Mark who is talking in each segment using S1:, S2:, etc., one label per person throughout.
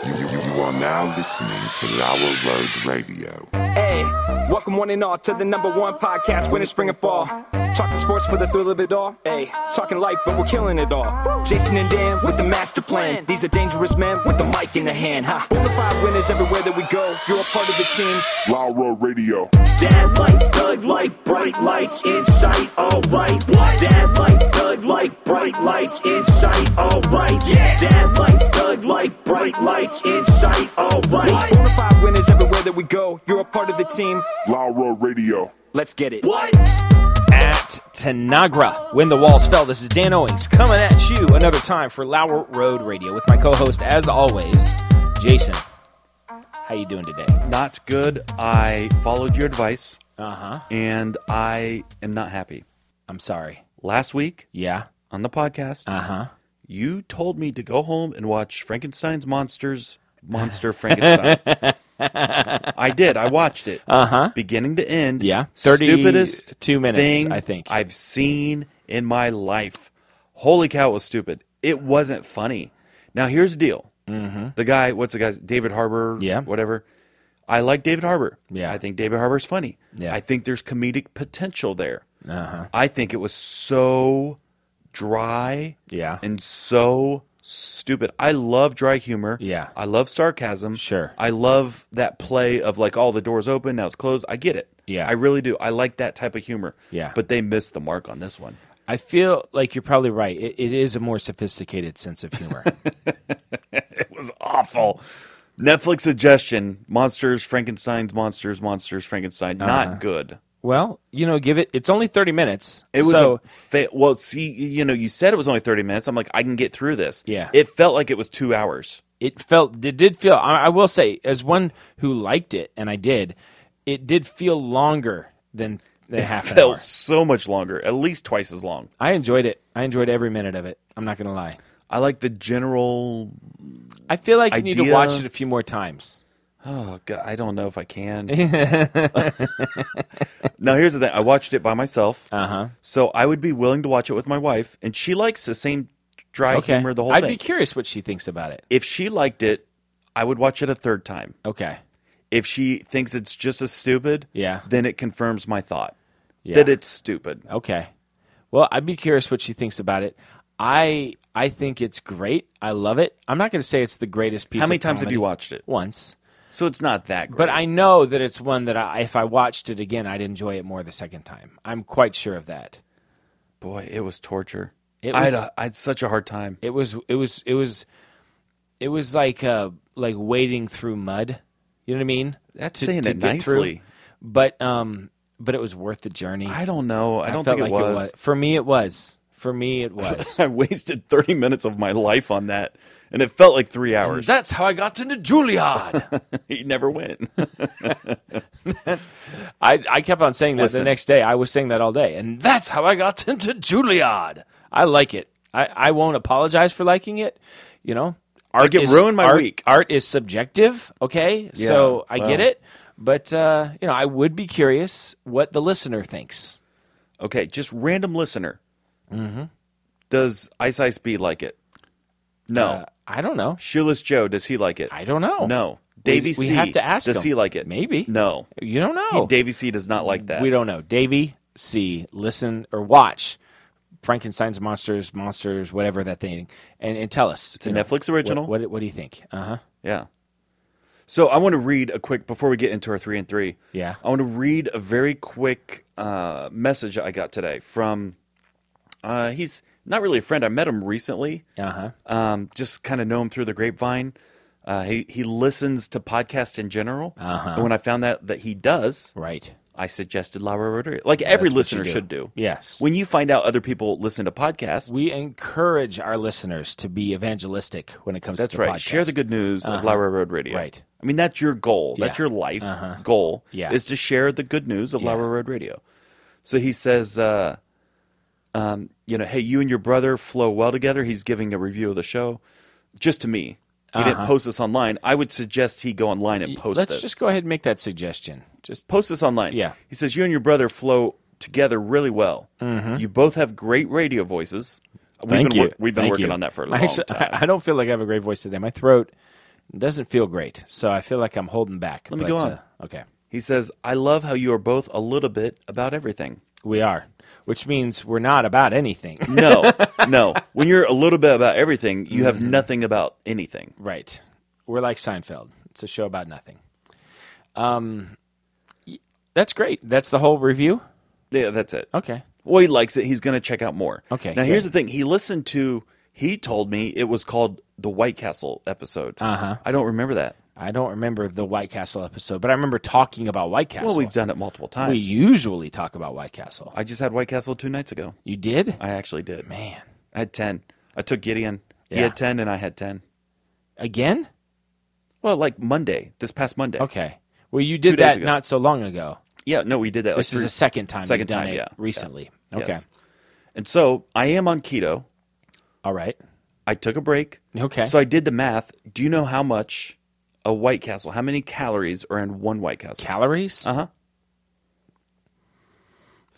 S1: are now listening to Lower Road Radio.
S2: Hey, welcome one and all to the number one podcast, winter, spring, and fall. Talking sports for the thrill of it all. Hey, talking life, but we're killing it all. Jason and Dan with the master plan. These are dangerous men with the mic in the hand. Ha! Bona fide winners everywhere that we go. You're a part of the team.
S1: Laura Radio.
S2: Dad light, thug light, bright lights in sight, alright. Dad light, thug light, bright lights in sight, alright. Dad light, thug light, bright lights in sight, alright. Bona fide winners everywhere that we go. You're a part of the team.
S1: Laura Radio.
S2: Let's get it.
S3: at Tanagra. When the walls fell, this is Dan Owings coming at you another time for Lower Road Radio with my co-host, as always, Jason. How you doing today?
S4: not good. I followed your advice
S3: Uh huh.
S4: and I am not happy.
S3: I'm sorry.
S4: Last week
S3: Yeah.
S4: on the podcast,
S3: Uh huh.
S4: you told me to go home and watch Frankenstein's Monsters, Monster Frankenstein. I did. I watched it. Uh huh. Beginning to end.
S3: Uh-huh. Yeah. 32
S4: Stupidest
S3: minutes,
S4: thing
S3: I think.
S4: I've seen in my life. Holy cow, it was stupid. It wasn't funny. Now, here's the deal. Mm-hmm. The guy, what's the guy? David Harbour.
S3: Yeah.
S4: Whatever. I like David Harbour.
S3: Yeah.
S4: I think David Harbour's funny.
S3: Yeah.
S4: I think there's comedic potential there. Uh-huh. I think it was so dry
S3: Yeah.
S4: and so stupid. I love dry humor.
S3: Yeah.
S4: I love sarcasm.
S3: Sure.
S4: I love that play of like all the doors open, now it's closed. I get it.
S3: Yeah.
S4: I really do. I like that type of humor.
S3: Yeah.
S4: But they missed the mark on this one.
S3: I feel like you're probably right. It, it is a more sophisticated sense of humor.
S4: It was awful. Netflix suggestion Monsters, Frankenstein's Monsters, Monsters, Frankenstein.
S3: Uh-huh.
S4: Not good.
S3: well, you know, give it. It's only 30 minutes.
S4: It was
S3: so,
S4: a fa- well. See, you know, you said it was only thirty minutes. I'm like, I can get through this.
S3: Yeah.
S4: it felt like it was two hours.
S3: it felt it did feel I, I will say as one who liked it and i did it did feel longer than than half an hour
S4: Felt so much longer, at least twice as long.
S3: i enjoyed it i enjoyed every minute of it i'm not gonna lie
S4: I like the general
S3: i feel like you need to
S4: Idea-
S3: watch it a few more times
S4: Oh God, I don't know if I can. now here's the thing: I watched it by myself,
S3: uh-huh
S4: so I would be willing to watch it with my wife, and she likes the same dry
S3: okay
S4: humor the whole
S3: i'd
S4: thing.
S3: be curious what she thinks about it
S4: if she liked it, I would watch it a third time.
S3: okay
S4: If she thinks it's just as stupid,
S3: Yeah.
S4: then it confirms my thought
S3: yeah
S4: that Oh, it's stupid.
S3: okay well i'd be curious what she thinks about it i i think it's great i love it i'm not gonna say it's the greatest piece
S4: How many
S3: of
S4: times have you
S3: comedy.
S4: watched it?
S3: once
S4: So it's not that great.
S3: But I know that it's one that I, if I watched it again, I'd enjoy it more the second time. I'm quite sure of that.
S4: boy, it was torture.
S3: It
S4: I, had
S3: was-
S4: a, I had such a hard time.
S3: It was, it was, it was, it was like uh, like wading through mud. You know what I mean?
S4: That's
S3: To-
S4: saying
S3: to
S4: it
S3: get through.
S4: nicely.
S3: But um, but it was worth the journey.
S4: I don't know. I don't
S3: felt
S4: think
S3: like
S4: it was.
S3: For me, it was. For me, it was.
S4: I wasted 30 minutes of my life on that, and it felt like three hours.
S3: That's how I got into Juilliard.
S4: he never went.
S3: I, I kept on saying that the
S4: Listen.
S3: next day. I was saying that all day, and that's how I got into Juilliard. I like it. I, I won't apologize for liking it. You know, art
S4: it
S3: is,
S4: ruined my
S3: art-
S4: week.
S3: Art is subjective. Okay, so I get
S4: well.
S3: it, but uh, you know, I would be curious what the listener thinks.
S4: okay, just random listener.
S3: Mm-hmm.
S4: Does Ice Ice B like it? No.
S3: Uh, I don't know.
S4: Shoeless Joe, does he like it?
S3: I don't know.
S4: No.
S3: We-
S4: Davy
S3: we
S4: C,
S3: have to ask
S4: Does
S3: him.
S4: he like it?
S3: Maybe.
S4: No.
S3: You don't know.
S4: Davy C does not like that.
S3: we don't know. Davy, see, listen, or watch Frankenstein's monsters, monsters, whatever that thing, and, and tell us. It's
S4: a Netflix original.
S3: What, what, what do you think? Uh huh.
S4: Yeah. So I want to read a quick before we get into our three and three.
S3: Yeah.
S4: I want to read a very quick uh, message I got today from. Uh, he's not really a friend. I met him recently.
S3: Uh huh.
S4: um, just kind of know him through the grapevine. Uh, he he listens to podcasts in general,
S3: Uh-huh.
S4: and when I found that that he does,
S3: Right.
S4: I suggested Laura Rotary. Like every
S3: That's what you
S4: listener
S3: do.
S4: should do.
S3: Yes.
S4: When you find out other people listen to podcasts,
S3: We encourage our listeners to be evangelistic when it comes
S4: that's
S3: to the
S4: right. Share the
S3: podcast. Uh-huh.
S4: good news of Laura Road Radio.
S3: Right.
S4: I mean, that's your goal. That's
S3: Yeah. Uh-huh.
S4: your life goal.
S3: Yeah.
S4: Is to share the good news of Laura Road Radio. So he says, uh, um, you know, hey, you and your brother flow well together. He's giving a review of the show, just to me. He didn't post this online. I would suggest he go online and
S3: Uh-huh.
S4: post
S3: Let's
S4: this.
S3: just go ahead and make that suggestion. Just
S4: post this online.
S3: Yeah.
S4: He says, You and your brother flow together really well. You both have great radio voices. We've
S3: Mm-hmm. thank
S4: been
S3: you.
S4: wor- we've been
S3: Thank
S4: working
S3: you.
S4: on that for a
S3: I
S4: long
S3: actually-
S4: time.
S3: I, I don't feel like I have a great voice today. My throat It doesn't feel great, so I feel like I'm holding back.
S4: Let me
S3: but,
S4: go on.
S3: uh, okay,
S4: He says, I love how you are both a little bit about everything.
S3: we are, which means we're not about anything,
S4: No, no. When you're a little bit about everything, you
S3: Mm-hmm.
S4: have nothing about anything.
S3: right? We're like Seinfeld. It's a show about nothing. Um, y- that's great. That's the whole review.
S4: Yeah, that's it.
S3: Okay.
S4: Well, he likes it. He's going to check out more.
S3: Okay,
S4: Now, here's the
S3: good.
S4: thing. He listened to, he told me it was called the White Castle episode. Uh
S3: Uh-huh.
S4: huh. I don't remember that.
S3: I don't remember the White Castle episode, but I remember talking about White Castle.
S4: Well, we've done it multiple times.
S3: We usually talk about White Castle.
S4: I just had White Castle two nights ago.
S3: You did?
S4: I actually did.
S3: Man.
S4: I had 10. I took Gideon. He
S3: Yeah.
S4: had 10, and I had 10.
S3: Again?
S4: Well, like Monday, this past Monday.
S3: Okay. Well, you
S4: Two
S3: did
S4: days
S3: that
S4: ago.
S3: not so long ago.
S4: Yeah, no, we did that.
S3: This
S4: like
S3: is
S4: three-
S3: the second time
S4: second
S3: you've done
S4: time,
S3: it
S4: yeah, yeah.
S3: recently. Okay.
S4: Yes. And so I am on keto.
S3: All right.
S4: I took a break.
S3: Okay.
S4: So I did the math. Do you know how much a White Castle, how many calories are in one White Castle?
S3: Calories?
S4: uh huh.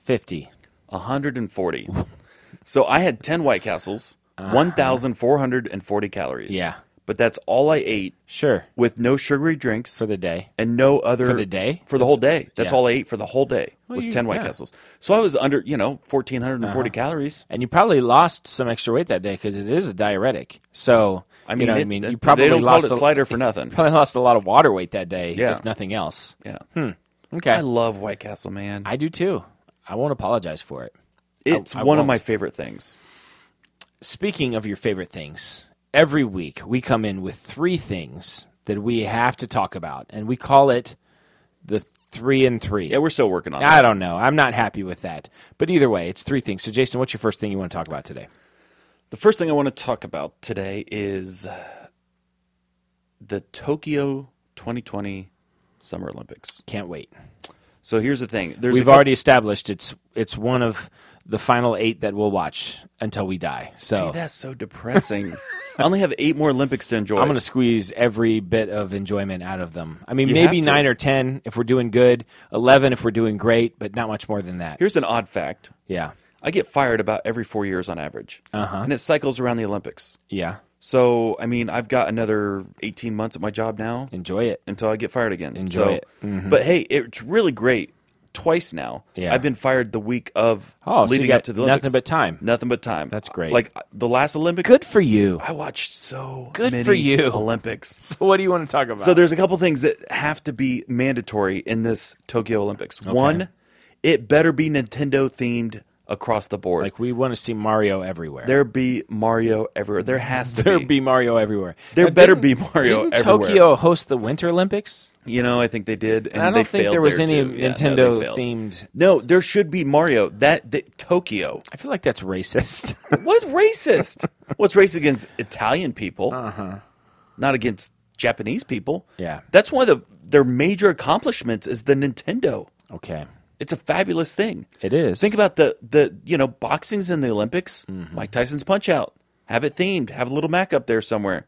S3: 50.
S4: 140. so I had 10 White Castles, 1,440
S3: Uh-huh.
S4: calories.
S3: Yeah.
S4: But that's all I ate
S3: Sure.
S4: with no sugary drinks
S3: For the day.
S4: and no other.
S3: For the day?
S4: For the whole day. That's
S3: yeah.
S4: all I ate for the whole day
S3: Well,
S4: was
S3: you-
S4: 10 White
S3: yeah. Uh-huh.
S4: Castles. So I was under, you know, 1,440 calories.
S3: And you probably lost some extra weight that day because it is a diuretic. So,
S4: I mean,
S3: you know, what I
S4: it-
S3: mean,
S4: it-
S3: you probably
S4: they don't
S3: lost
S4: call it
S3: a,
S4: slider for nothing.
S3: probably lost a lot of water weight that day,
S4: Yeah.
S3: if nothing else.
S4: Yeah.
S3: Okay.
S4: I love White Castle, man.
S3: I do too. I won't apologize for it.
S4: it's
S3: I
S4: one of
S3: won't.
S4: my favorite things.
S3: Speaking of your favorite things, every week we come in with three things that we have to talk about, and we call it the three and three.
S4: Yeah, we're still working on
S3: I
S4: that.
S3: don't know. I'm not happy with that. But either way, it's three things. So, Jason, what's your first thing you want to talk about today?
S4: The first thing I want to talk about today is uh, the Tokyo 2020 Summer Olympics.
S3: Can't wait.
S4: So here's the thing. There's a
S3: We've
S4: cou-
S3: already established it's it's one of the final eight that we'll watch until we die. So
S4: See, that's so depressing. I only have eight more Olympics to enjoy.
S3: I'm going to squeeze every bit of enjoyment out of them. I mean,
S4: You
S3: maybe
S4: have to.
S3: nine or ten if we're doing good, eleven if we're doing great, but not much more than that.
S4: Here's an odd fact.
S3: Yeah,
S4: I get fired about every four years on average, uh-huh. and it cycles around the Olympics.
S3: yeah.
S4: So I mean, I've got another 18 months at my job now.
S3: Enjoy it.
S4: until I get fired again.
S3: Enjoy
S4: so,
S3: it. Mm-hmm.
S4: But hey, it's really great. Twice now,
S3: Yeah.
S4: I've been fired the week of
S3: Oh, so
S4: leading
S3: you got
S4: up to the Olympics.
S3: nothing but time.
S4: Nothing but time.
S3: That's great.
S4: Like the last Olympics,
S3: Good for you.
S4: I watched so
S3: Good
S4: many
S3: for you.
S4: Olympics.
S3: What do you want to talk about?
S4: So there's a couple things that have to be mandatory in this Tokyo Olympics. One, it better be Nintendo themed across the board.
S3: like we want to see Mario everywhere.
S4: there be Mario everywhere. There has to
S3: There
S4: be.
S3: be Mario everywhere.
S4: There
S3: Now,
S4: better
S3: didn't-
S4: be Mario
S3: didn't
S4: everywhere.
S3: Tokyo host the Winter Olympics?
S4: You know, I think they did, and
S3: I don't
S4: they
S3: think
S4: failed
S3: there was any
S4: too. Yeah, no, they
S3: Nintendo
S4: failed.
S3: themed.
S4: No, there should be Mario. That, that Tokyo.
S3: I feel like that's racist.
S4: What's racist? What's racist against Italian people? Not against Japanese people.
S3: Uh-huh. Yeah.
S4: that's one of the, their major accomplishments is the Nintendo.
S3: okay,
S4: It's a fabulous thing.
S3: it is.
S4: Think about the the you know boxing's in the Olympics.
S3: Mm-hmm.
S4: Mike Tyson's Punch Out. Have it themed. Have a little Mac up there somewhere.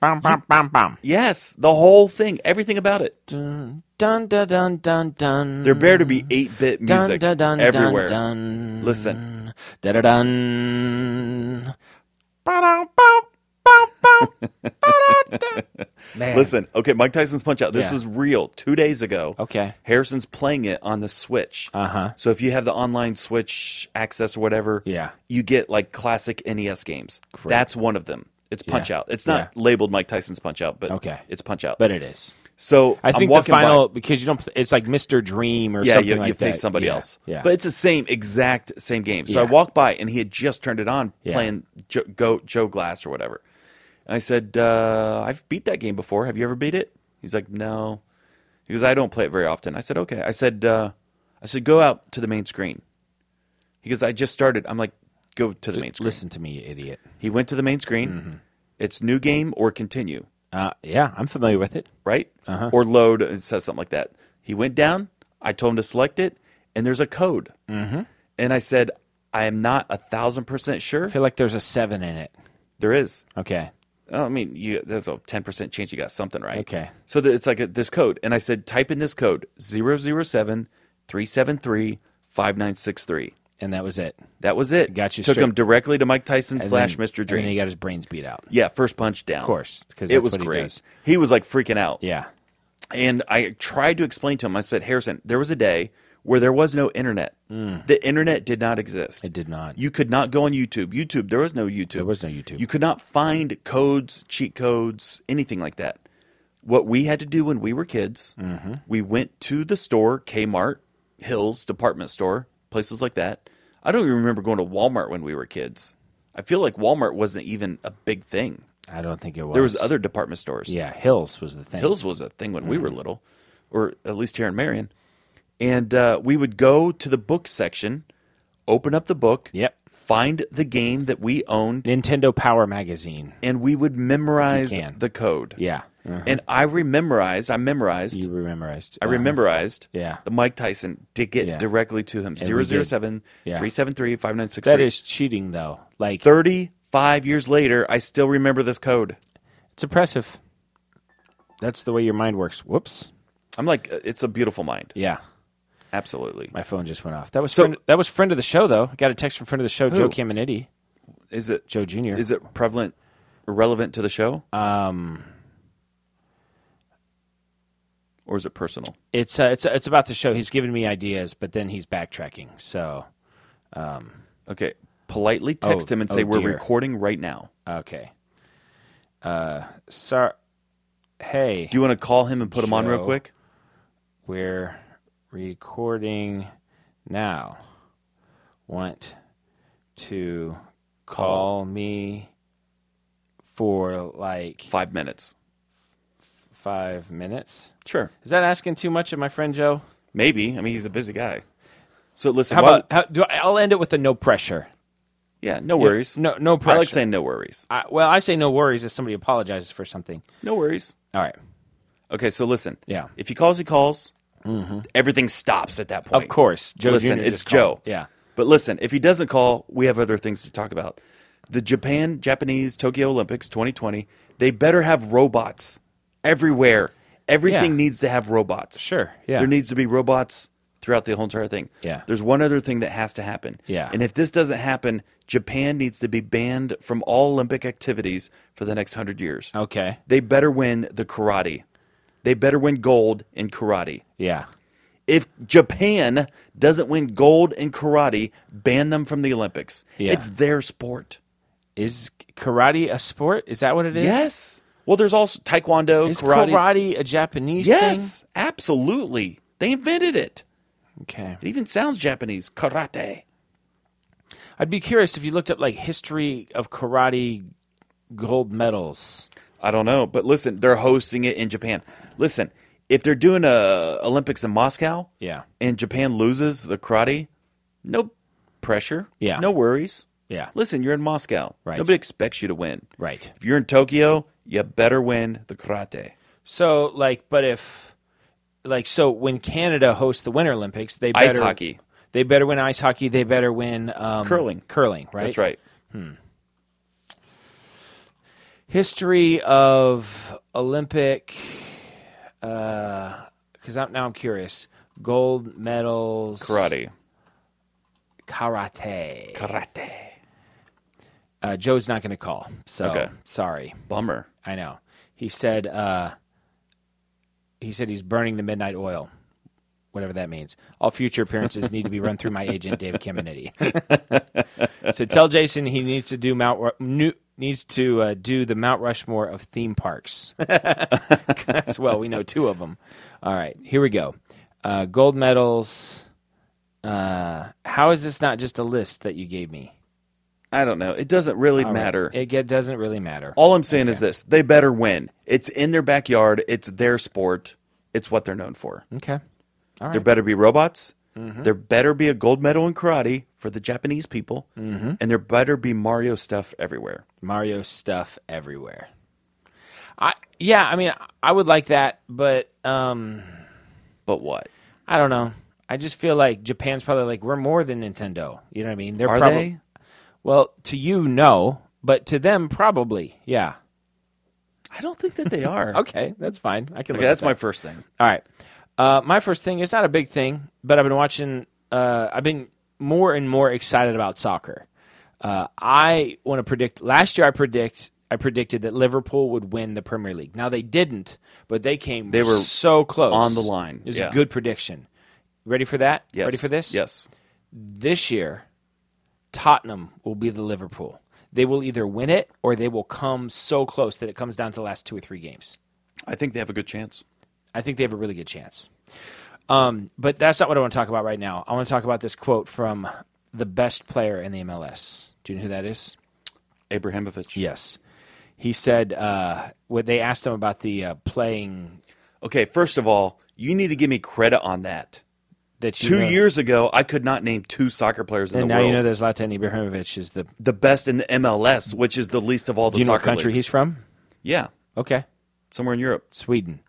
S3: bam bam bam bam.
S4: Yes, the whole thing, everything about it.
S3: Dun dun dun dun dun.
S4: There better to be eight bit music
S3: dun, dun,
S4: everywhere.
S3: Dun
S4: Listen.
S3: Mm. dun dun dun. Ba-dum, bum, bum, bum. Ba-dum, dun. Man.
S4: Listen, okay, Mike Tyson's Punch Out. This
S3: Yeah.
S4: is real. Two days ago,
S3: Okay.
S4: Harrison's playing it on the Switch. Uh
S3: Uh-huh.
S4: So if you have the online Switch access or whatever,
S3: Yeah.
S4: you get like classic NES games.
S3: Great.
S4: That's one of them. It's Punch Out. It's not labeled Mike Tyson's Punch Out, but
S3: Okay.
S4: it's Punch Out.
S3: But it is.
S4: so
S3: I
S4: I'm
S3: think the
S4: walking by-
S3: final because you don't. It's like Mr. Dream or
S4: yeah,
S3: something
S4: you,
S3: like
S4: you
S3: that.
S4: face somebody
S3: Yeah,
S4: else.
S3: Yeah,
S4: But it's the same exact same game. So I
S3: Yeah.
S4: walked by and he had just turned it on
S3: Yeah.
S4: playing jo- Go Joe Glass or whatever. And I said, uh, "I've beat that game before. Have you ever beat it?" He's like, "No." He goes, "I don't play it very often." I said, "Okay." I said, uh, "I said go out to the main screen." He goes, "I just started." I'm like, "Go to the main screen."
S3: listen Mm-hmm. to me, you idiot.
S4: He went to the main screen. It's new game or continue
S3: Uh, yeah, I'm familiar with it.
S4: right?
S3: Uh-huh.
S4: Or load, it says something like that. He went down. I told him to select it, and there's a code. Mm-hmm. And I said, I am not a thousand percent sure.
S3: I feel like there's a seven in it.
S4: There is.
S3: Okay,
S4: Oh, I mean, you, there's a ten percent chance you got something right.
S3: Okay.
S4: So that it's like a, this code, and I said, type in this code 007 373 5963
S3: and that was it.
S4: That was it.
S3: Got you
S4: Took
S3: straight-
S4: him directly to Mike Tyson
S3: And
S4: slash
S3: then-
S4: Mr.
S3: And then
S4: Dream.
S3: he got his brains beat out.
S4: yeah, first punch down.
S3: Of course, because
S4: It was
S3: what He,
S4: great.
S3: does.
S4: He, was like freaking out.
S3: Yeah,
S4: And I tried to explain to him, I said, Harrison, there was a day where there was no internet. The internet did not exist.
S3: Hmm. it did not.
S4: You could not go on YouTube. YouTube, there was no YouTube.
S3: there was no YouTube.
S4: You could not find codes, cheat codes, anything like that. What we had to do when we were kids,
S3: Mm-hmm.
S4: we went to the store, Kmart, Hills, department store, places like that. I don't even remember going to Walmart when we were kids. I feel like Walmart wasn't even a big thing.
S3: I don't think it was.
S4: There was other department stores.
S3: Yeah, Hills was the thing.
S4: Hills was a thing when we were
S3: Mm-hmm.
S4: little, or at least here in Marion. And uh, we would go to the book section, open up the book,
S3: Yep.
S4: find the game that we owned,
S3: Nintendo Power Magazine.
S4: and we would memorize
S3: If you can.
S4: the code.
S3: Yeah, Uh,
S4: And I rememorized, I memorized,
S3: you memorized.
S4: I rememorized
S3: Yeah.
S4: the Mike Tyson to get
S3: Yeah.
S4: directly to him
S3: we did.
S4: 007
S3: Yeah.
S4: 373 5963.
S3: Uh, That is cheating, though. Like
S4: 35 years later, I still remember this code.
S3: it's impressive. That's the way your mind works. Whoops.
S4: I'm like, uh, it's a beautiful mind.
S3: Yeah,
S4: Absolutely.
S3: my phone just went off. That was
S4: So-
S3: friend, that was friend of the show though. Got a text from friend of the show, Joe Caminiti,
S4: Is it
S3: Joe Junior.
S4: is it prevalent or relevant to the show? Um or is it personal?
S3: It's uh, it's it's about the show. He's giving me ideas, but then he's backtracking. So
S4: Okay. Politely text him and say
S3: oh
S4: we're
S3: dear.
S4: recording right now.
S3: okay. Uh, sorry. Hey,
S4: Do you want to call him and put him on real
S3: Joe.
S4: quick?
S3: we're recording now. Want to call me for like
S4: 5 minutes.
S3: five minutes?
S4: Sure.
S3: Is that asking too much of my friend Joe?
S4: Maybe. I mean, he's a busy guy. So listen,
S3: How
S4: why-
S3: about how, do I, I'll end it with a no pressure.
S4: yeah, no worries.
S3: No, no
S4: I
S3: pressure.
S4: like saying no worries.
S3: I, well, I say no worries if somebody apologizes for something.
S4: No worries.
S3: All right.
S4: Okay, so listen.
S3: Yeah. Mm-hmm.
S4: If he calls, he calls. Everything stops at that point.
S3: Of course, Joe.
S4: Listen,
S3: Jr.
S4: it's
S3: just called.
S4: Joe.
S3: Yeah,
S4: But listen, if he doesn't call, we have other things to talk about. The Japan Japanese Tokyo Olympics 2020, they better have robots everywhere. Everything
S3: Yeah.
S4: needs to have robots.
S3: sure. Yeah,
S4: There needs to be robots throughout the whole entire thing.
S3: Yeah.
S4: There's one other thing that has to happen.
S3: Yeah.
S4: And if this doesn't happen, Japan needs to be banned from all Olympic activities for the next 100 years.
S3: okay.
S4: They better win the karate. They better win gold in karate.
S3: Yeah,
S4: If Japan doesn't win gold in karate, ban them from the Olympics.
S3: Yeah.
S4: It's their sport.
S3: is karate a sport? Is that what it is?
S4: Yes. Well, there's also taekwondo,
S3: Is
S4: karate.
S3: karate, a Japanese
S4: Yes, absolutely. They invented it.
S3: thing? Okay.
S4: It even sounds Japanese. Karate.
S3: I'd be curious if you looked up like history of karate gold medals.
S4: I don't know, but listen, they're hosting it in Japan. Listen, if they're doing a Olympics in Moscow,
S3: Yeah.
S4: and Japan loses the karate, no pressure,
S3: Yeah.
S4: no worries.
S3: Yeah.
S4: Listen, you're in Moscow.
S3: Right.
S4: Nobody expects you to win.
S3: Right.
S4: If you're in Tokyo, you better win the karate.
S3: So like, but if like so when Canada hosts the Winter Olympics, they better
S4: Ice hockey.
S3: They better win ice hockey. They better win um,
S4: Curling.
S3: Curling, right?
S4: That's right.
S3: history of Olympic. Because I'm, now I'm curious. Gold medals,
S4: Karate.
S3: karate.
S4: Karate.
S3: Uh, Joe's not going to call, so
S4: Okay.
S3: sorry.
S4: Bummer.
S3: I know. He said. Uh, he said he's burning the midnight oil, whatever that means. All future appearances need to be run through my agent, Dave Caminiti. so tell Jason he needs to do Mount Ru- new, needs to uh, do the Mount Rushmore of theme parks. 'Cause, well, we know two of them. All right, here we go. Uh, gold medals. Uh, how is this not just a list that you gave me?
S4: I don't know. It doesn't really
S3: All right,
S4: matter.
S3: It, it doesn't really matter.
S4: All I'm saying is this they better win. It's in their backyard, it's their sport, it's what they're known for.
S3: Okay. All
S4: There
S3: right.
S4: better be robots. There better be a gold medal in karate for the Japanese people. And there better be Mario stuff everywhere.
S3: Mario stuff everywhere. I yeah, I mean, I would like that, but um,
S4: But what?
S3: I don't know. I just feel like Japan's probably like we're more than Nintendo. You know what I mean? They're
S4: Are
S3: probably
S4: they?
S3: well to you no, but to them probably yeah.
S4: I don't think that they are. okay,
S3: Okay, that's fine. I can. look at
S4: that's
S3: that.
S4: my first thing.
S3: All right. Uh, my first thing, it's not a big thing, but I've been watching, uh, I've been more and more excited about soccer. Uh, I want to predict. Last year, I predict I predicted that Liverpool would win the Premier League. Now they didn't, but they came.
S4: They were
S3: so close
S4: on the line,
S3: It was
S4: yeah.
S3: a good prediction. Ready for that?
S4: Yes.
S3: Ready for this?
S4: Yes.
S3: This year, Tottenham will be the Liverpool. They will either win it or they will come so close that it comes down to the last two or three games.
S4: I think they have a good chance.
S3: I think they have a really good chance. Um, but that's not what I want to talk about right now. I want to talk about this quote from the best player in the MLS. Do you know who that is?
S4: Abrahamovich.
S3: Yes. He said uh, when they asked him about the uh, playing
S4: Okay, first of all, you need to give me credit on that.
S3: that you
S4: Two
S3: know-
S4: years ago, I could not name two soccer players in
S3: and
S4: the
S3: now
S4: world.
S3: you know that Zlatan Ibrahimovic is the
S4: the best in the MLS, which is the least of all the
S3: do you know what
S4: soccer
S3: country
S4: leagues.
S3: he's from.
S4: Yeah,
S3: Okay,
S4: somewhere in Europe.
S3: Sweden.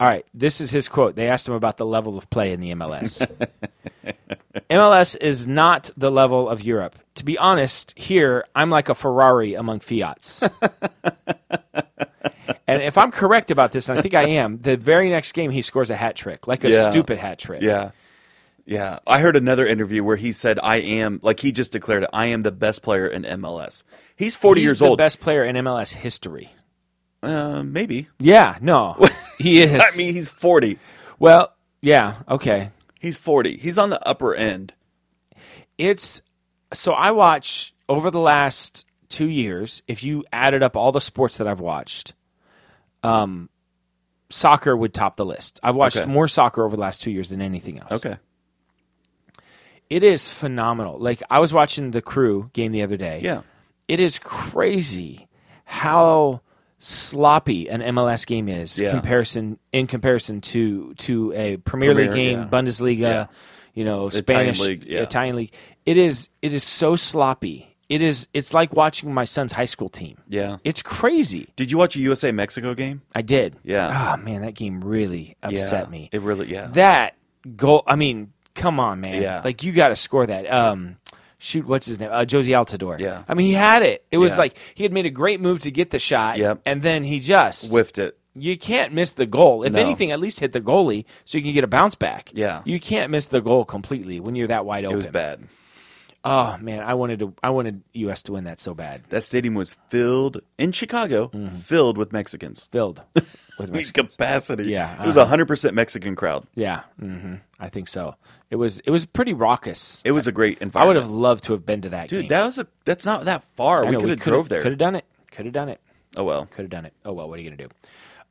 S3: All right, this is his quote. They asked him about the level of play in the MLS. MLS is not the level of Europe. To be honest, here I'm like a Ferrari among Fiats. and if I'm correct about this, and I think I am, the very next game he scores a hat trick, like a
S4: Yeah.
S3: stupid hat trick.
S4: Yeah. Yeah. I heard another interview where he said, I am, like he just declared it, I am the best player in MLS. He's 40
S3: He's
S4: years
S3: the
S4: old.
S3: best player in MLS history.
S4: Uh, maybe.
S3: Yeah, no, he is.
S4: I mean, he's 40.
S3: well, yeah, okay.
S4: He's 40. He's on the upper end.
S3: It's so I watch over the last two years. If you added up all the sports that I've watched, um, soccer would top the list. I've watched
S4: Okay.
S3: more soccer over the last two years than anything else.
S4: Okay.
S3: it is phenomenal. Like I was watching the Crew game the other day.
S4: Yeah.
S3: it is crazy how sloppy an MLS game is
S4: Yeah.
S3: comparison in comparison to to a Premier,
S4: Premier,
S3: League game,
S4: yeah.
S3: Bundesliga,
S4: Yeah.
S3: you know,
S4: Italian
S3: Spanish
S4: league, yeah.
S3: Italian league. It is it is so sloppy. It is it's like watching my son's high school team.
S4: Yeah.
S3: It's crazy.
S4: Did you watch a USA Mexico game?
S3: I did.
S4: Yeah.
S3: Oh man, that game really upset me.
S4: It really, yeah.
S3: That goal I mean, come on, man.
S4: Yeah.
S3: Like you gotta score that. Um shoot, what's his name? Uh, Josie Altador.
S4: Yeah.
S3: I mean he had it. It was
S4: Yeah.
S3: like he had made a great move to get the shot.
S4: Yep.
S3: And then he just
S4: Whiffed it.
S3: you can't miss the goal. If
S4: No.
S3: anything, at least hit the goalie so you can get a bounce back.
S4: Yeah.
S3: You can't miss the goal completely when you're that wide
S4: It
S3: open.
S4: was bad.
S3: Oh man, I wanted to I wanted US to win that so bad.
S4: That stadium was filled in Chicago,
S3: Mm-hmm.
S4: filled with Mexicans.
S3: Filled with Mexico.
S4: Capacity.
S3: Yeah, uh-huh.
S4: It was a 100% Mexican crowd.
S3: Yeah, hmm I think so. It was it was pretty raucous.
S4: It was a
S3: I
S4: great
S3: would
S4: environment.
S3: have loved to have been to that game.
S4: Dude, that was a, that's not that far. We could have drove there.
S3: Could have done it. Could have done it.
S4: Oh, well.
S3: Could have done it. Oh well, what are you gonna do?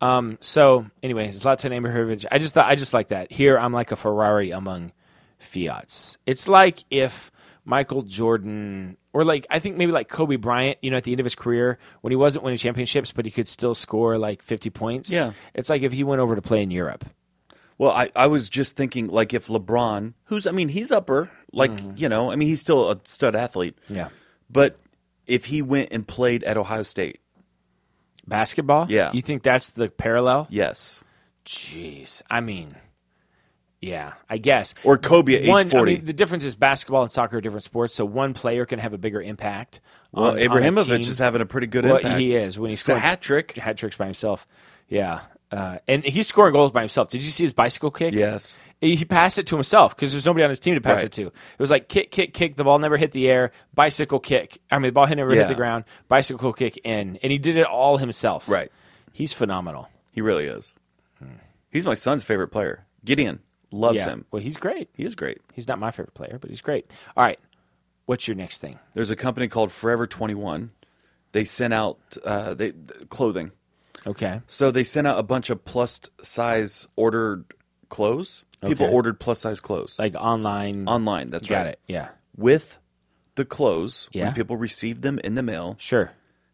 S3: Um. So anyway, Zlatan Ibrahimovic. I just thought I just like that. Here, I'm like a Ferrari among Fiats. It's like if Michael Jordan, or like I think maybe like Kobe Bryant. You know, at the end of his career, when he wasn't winning championships, but he could still score like 50 points.
S4: Yeah.
S3: It's like if he went over to play in Europe.
S4: Well, I, I was just thinking, like, if LeBron, who's, I mean, he's upper, like, you know, I mean, he's still a stud athlete,
S3: Mm-hmm. Yeah.
S4: but if he went and played at Ohio State,
S3: Basketball.
S4: Yeah.
S3: You think that's the parallel?
S4: yes.
S3: Jeez. I mean, yeah, I guess.
S4: Or Kobe at age
S3: one, I
S4: 40.
S3: mean, the difference is basketball and soccer are different sports, so one player can have a bigger impact.
S4: Well,
S3: on- on a
S4: Abrahamovich
S3: team.
S4: is having a pretty good
S3: Well,
S4: impact.
S3: he is. When he
S4: It's
S3: scored-
S4: a hat trick.
S3: hat tricks by himself. Yeah. Uh, and he's scoring goals by himself. Did you see his bicycle kick?
S4: Yes.
S3: He he passed it to himself because there's nobody on his team to pass
S4: Right.
S3: it to. It was like kick, kick, kick. The ball never hit the air. Bicycle kick. I mean, the ball had never hit
S4: Yeah.
S3: the ground. Bicycle kick in, and he did it all himself.
S4: Right.
S3: He's phenomenal.
S4: He really is. He's my son's favorite player. Gideon loves
S3: yeah.
S4: him.
S3: Well, he's great.
S4: He is great.
S3: He's not my favorite player, but he's great. All right. What's your next thing?
S4: There's a company called Forever 21. They sent out uh, they th- clothing.
S3: Okay.
S4: So they sent out a bunch of plus size ordered clothes. People
S3: Okay.
S4: ordered plus size clothes
S3: Like online.
S4: online. That's
S3: Got
S4: right.
S3: it. Yeah.
S4: With the clothes,
S3: Yeah.
S4: when people received them in the mail,
S3: Sure.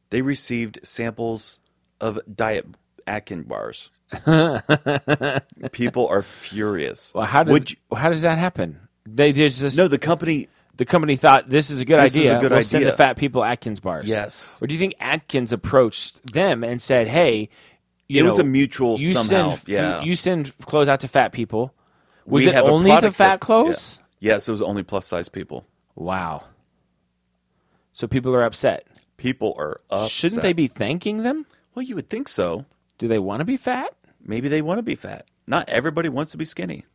S4: they received samples of diet Akin bars. people are furious.
S3: Well, how did,
S4: Would you,
S3: how does that happen? They just, just
S4: no? The company
S3: the company thought this is a good
S4: This is
S3: idea.
S4: a good
S3: we'll send the
S4: idea.
S3: fat people Atkins bars.
S4: Yes.
S3: Or do you think Atkins approached them and said, "Hey, you
S4: It
S3: know,
S4: was a mutual
S3: you
S4: somehow,
S3: Send food-
S4: yeah.
S3: You send clothes out to fat people. Was
S4: we
S3: it
S4: have a
S3: only the
S4: product for-
S3: fat clothes?
S4: yeah. Yes, it was only plus size people.
S3: Wow. So people are upset.
S4: People are upset.
S3: Shouldn't they be thanking them?
S4: Well, you would think so.
S3: Do they want to be fat?
S4: Maybe they want to be fat. Not everybody wants to be skinny.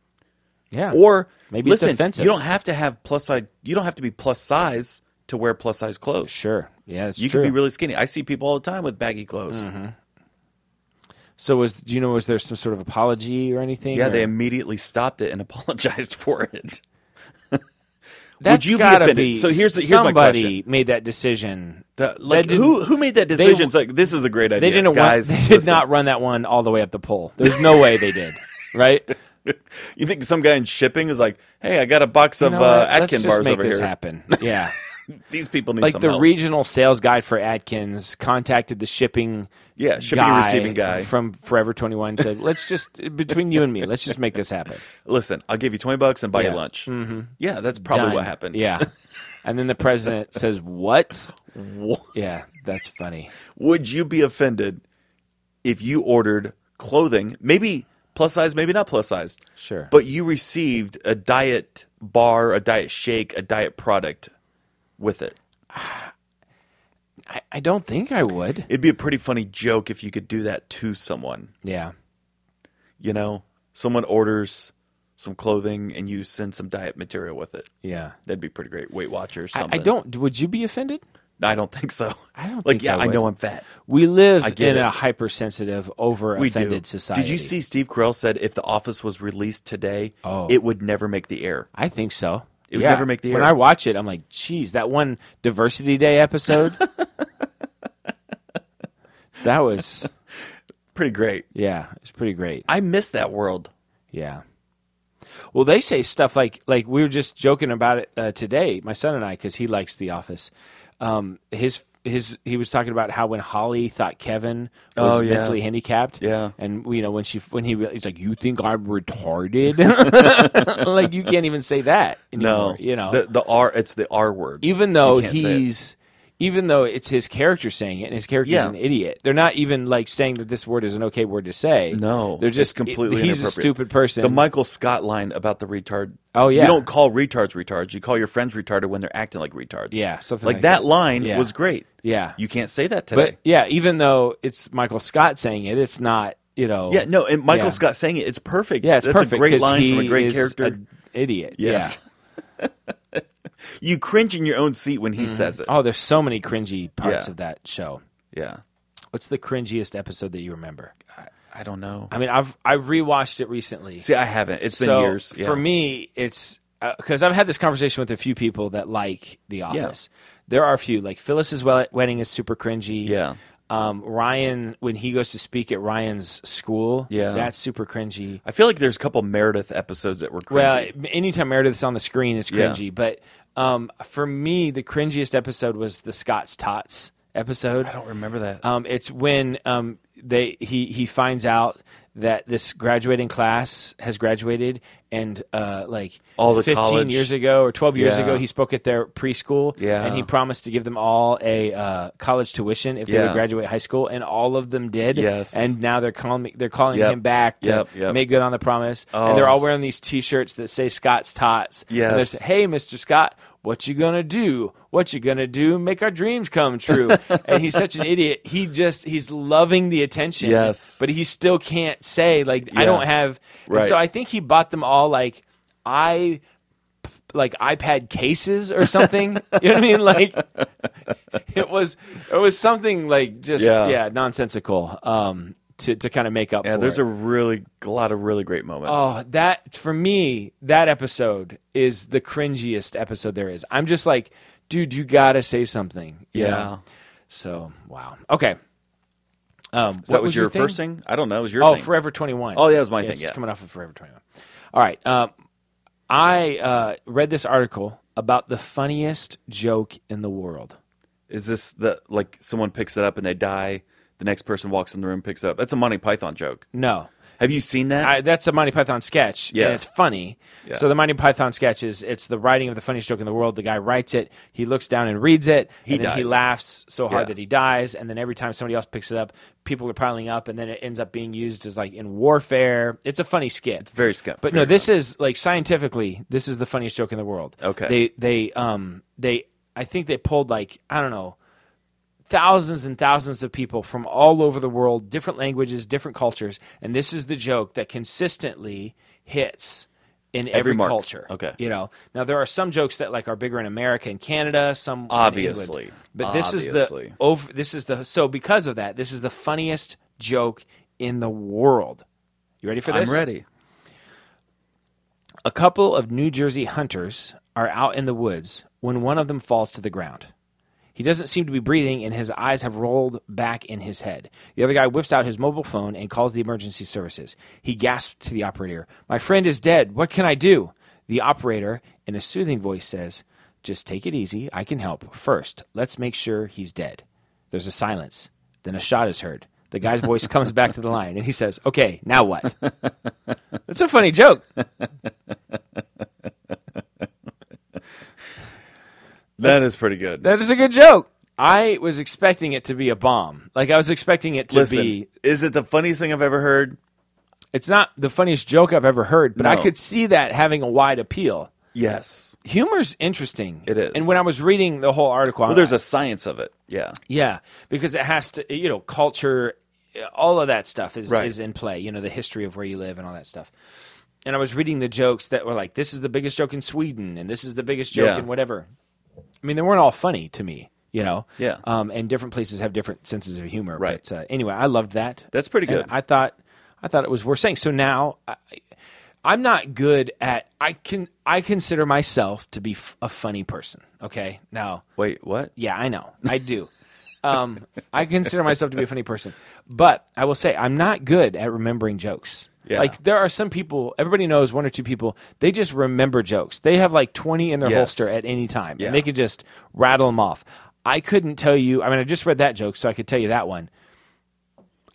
S3: Yeah.
S4: Or
S3: Maybe it's
S4: listen,
S3: offensive.
S4: you don't have to have plus size. You don't have to be plus size to wear plus size clothes.
S3: sure. Yeah, it's
S4: You
S3: true. Mm-hmm.
S4: could be really skinny. I see people all the time with baggy clothes.
S3: so was do you know was there some sort of apology or anything?
S4: Yeah,
S3: or-
S4: they immediately stopped it and apologized for it.
S3: That's
S4: you be
S3: gotta
S4: offended?
S3: be
S4: So here's the- here's my
S3: somebody
S4: question.
S3: made that decision.
S4: The- like,
S3: didn't-
S4: who who made that decision? It's like this is a great idea.
S3: They didn't
S4: guys.
S3: run, they did
S4: listen.
S3: not run that one all the way up the pole. There's no way they did. Right?
S4: uh, You think some guy in shipping is like, "Hey, I got a box of
S3: You know what?
S4: uh,
S3: Let's
S4: Atkin
S3: just
S4: bars
S3: make
S4: over
S3: this
S4: here.
S3: happen. Yeah.
S4: These people need
S3: like
S4: some
S3: the
S4: help."
S3: regional sales guy for Atkins contacted the shipping
S4: yeah, shipping and receiving guy.
S3: from Forever 21 and said, "Let's just between you and me, let's just make this happen."
S4: Listen, I'll give you twenty bucks and buy
S3: Yeah.
S4: you lunch. Mm-hmm. Yeah, that's probably
S3: Done.
S4: what happened.
S3: Yeah. And then the president says, "What?" Yeah, that's funny.
S4: Would you be offended if you ordered clothing, maybe plus size, maybe not plus size,
S3: Sure.
S4: but you received a diet bar, a diet shake, a diet product with it?
S3: I, I don't think I would.
S4: It'd be a pretty funny joke if you could do that to someone.
S3: Yeah.
S4: You know, someone orders some clothing and you send some diet material with it.
S3: Yeah.
S4: That'd be pretty great. Weight Watchers.
S3: I,
S4: Something.
S3: I don't. Would you be offended?
S4: I don't think so.
S3: I don't
S4: like.
S3: think
S4: yeah,
S3: I
S4: I, know
S3: would.
S4: I'm fat.
S3: We live
S4: get
S3: in
S4: it.
S3: a hypersensitive, over
S4: We
S3: offended
S4: do.
S3: society.
S4: Did you see Steve Carell said if The Office was released today,
S3: Oh.
S4: it would never make the air.
S3: I think so.
S4: It would
S3: Yeah.
S4: never make the
S3: When
S4: air.
S3: I watch it, I'm like, geez, that one Diversity Day episode. that was
S4: Pretty great.
S3: yeah, it's pretty great.
S4: I miss that world.
S3: Yeah. Well, they say stuff like like we were just joking about it uh, today. My son and I, because he likes The Office. Um, his his he was talking about how when Holly thought Kevin was
S4: Oh, yeah.
S3: mentally handicapped,
S4: Yeah.
S3: and you know when she when he he's like, you think I'm retarded? like you can't even say that anymore.
S4: No,
S3: you know
S4: the, the R. It's the R word.
S3: even though
S4: You can't say it.
S3: he's even though it's his character saying it and his character's
S4: Yeah.
S3: an idiot they're not even like saying that this word is an okay word to say
S4: no,
S3: they're
S4: it's
S3: just
S4: completely.
S3: he's a
S4: inappropriate.
S3: stupid person
S4: The Michael Scott line about the retard.
S3: Oh, yeah.
S4: you don't call retards retards. You call your friends retarded when they're acting like retards.
S3: Yeah, something like
S4: that,
S3: that.
S4: line
S3: Yeah.
S4: was great.
S3: yeah
S4: You can't say that today.
S3: but yeah even though it's michael scott saying it it's not you know
S4: yeah, no, and Michael
S3: Yeah.
S4: Scott saying it, it's perfect.
S3: yeah it's
S4: That's
S3: perfect
S4: a great
S3: 'cause
S4: line
S3: he
S4: from a great
S3: is
S4: character.
S3: an idiot
S4: yes.
S3: yeah
S4: you cringe in your own seat when he says it.
S3: oh there's so many cringy parts
S4: Yeah.
S3: of that show
S4: Yeah.
S3: what's the cringiest episode that you remember
S4: I don't know.
S3: i mean i've i rewatched it recently
S4: See, I haven't. It's been
S3: so
S4: years. Yeah.
S3: for me it's because i've had this conversation with a few people that like the office there are a few like phyllis's we- wedding is super cringy
S4: Yeah.
S3: um, ryan when he goes to speak at ryan's school
S4: Yeah.
S3: that's super cringy
S4: I feel like there's a couple Meredith episodes that were cringy.
S3: well anytime meredith's on the screen it's
S4: Yeah.
S3: cringy but um, for me the cringiest episode was the scott's tots episode
S4: I don't remember that.
S3: um, it's when um, they he he finds out that this graduating class has graduated and uh, like
S4: All the
S3: 15
S4: college-
S3: years ago or 12 years
S4: Yeah.
S3: ago he spoke at their preschool
S4: Yeah.
S3: and he promised to give them all a uh, college tuition if they would
S4: Yeah.
S3: graduate high school and all of them did
S4: Yes.
S3: and now they're calling they're calling
S4: Yep.
S3: him back to
S4: Yep, yep.
S3: make good on the promise
S4: Oh.
S3: and they're all wearing these t-shirts that say Scott's tots and they're
S4: Yes.
S3: saying, hey mr scott what you gonna do what you gonna do make our dreams come true and he's such an idiot he just he's loving the attention
S4: Yes.
S3: but he still can't say like i
S4: Yeah.
S3: don't have and
S4: Right.
S3: so i think he bought them all like i like ipad cases or something you know what i mean like it was it was something like just yeah,
S4: Yeah.
S3: nonsensical um to, to kind of make up
S4: yeah,
S3: for
S4: there's
S3: it.
S4: a really a lot of really great moments.
S3: Oh, that for me, that episode is the cringiest episode there is. I'm just like, dude, you gotta say something. you
S4: yeah.
S3: know? So wow. Okay. Um,
S4: So that was, your, first thing? I don't know. It was your
S3: Oh,
S4: thing.
S3: Forever 21.
S4: Oh, yeah, it was my
S3: Yes,
S4: thing,
S3: It's
S4: yeah.
S3: coming off of Forever 21. All right. Um, I uh, read this article about the funniest joke in the world.
S4: Is this the like someone picks it up and they die? The next person walks in the room, picks it up. That's a Monty Python joke.
S3: No.
S4: Have you seen that?
S3: I, that's a Monty Python sketch,
S4: Yeah.
S3: and it's funny.
S4: Yeah.
S3: So the Monty Python sketch is it's the writing of the funniest joke in the world. The guy writes it, he looks down and reads it,
S4: He
S3: and then he
S4: dies.
S3: laughs so hard
S4: Yeah.
S3: that he dies, and then every time somebody else picks it up, people are piling up, and then it ends up being used as like in warfare. It's a funny skit. It's
S4: very skit-
S3: But no,
S4: very
S3: this is like scientifically, this is the funniest joke in the world.
S4: Okay.
S3: They they um they I think they pulled like I don't know thousands and thousands of people from all over the world, different languages, different cultures, and this is the joke that consistently hits in every,
S4: mark.
S3: culture.
S4: Okay.
S3: You know, now there are some jokes that like are bigger in America and Canada, some in
S4: Obviously.
S3: England. But this is
S4: Obviously.
S3: the over this is the so because of that, this is the funniest joke in the world. You ready for this?
S4: I'm ready.
S3: A couple of New Jersey hunters are out in the woods when one of them falls to the ground. He doesn't seem to be breathing, and his eyes have rolled back in his head. The other guy whips out his mobile phone and calls the emergency services. He gasps to the operator, My friend is dead. What can I do? The operator, in a soothing voice, says, Just take it easy. I can help. First, let's make sure he's dead. There's a silence. Then a shot is heard. The guy's voice comes back to the line, and he says, Okay, now what? That's a funny joke.
S4: That is pretty good.
S3: That is a good joke. I was expecting it to be a bomb. Like I was expecting it to
S4: Listen,
S3: be.
S4: is it the funniest thing I've ever heard?
S3: It's not the funniest joke I've ever heard, but I
S4: No.
S3: could see that having a wide appeal.
S4: Yes.
S3: Humor's interesting.
S4: It is.
S3: And when I was reading the whole article,
S4: Well, there's a science of it. Yeah.
S3: yeah, because it has to, you know, culture, all of that stuff is
S4: Right.
S3: is in play. You know, the history of where you live and all that stuff. And I was reading the jokes that were like, "This is the biggest joke in Sweden," and "This is the biggest joke
S4: Yeah.
S3: in whatever." I mean, they weren't all funny to me, you know.
S4: Yeah.
S3: Um, and different places have different senses of humor.
S4: Right.
S3: But, uh, anyway, I loved that.
S4: That's pretty
S3: And
S4: good.
S3: I thought, I thought it was worth saying. So now, I, I'm not good at. I can. I consider myself to be f- a funny person. Okay. Now,
S4: Wait, what?
S3: yeah, I know. I do. um, I consider myself to be a funny person, but I will say I'm not good at remembering jokes.
S4: Yeah.
S3: Like there are some people, everybody knows one or two people, they just remember jokes. They have like 20 in their
S4: Yes.
S3: holster at any time
S4: Yeah.
S3: and they can just rattle them off. I couldn't tell you, I mean, I just read that joke, so I could tell you that one.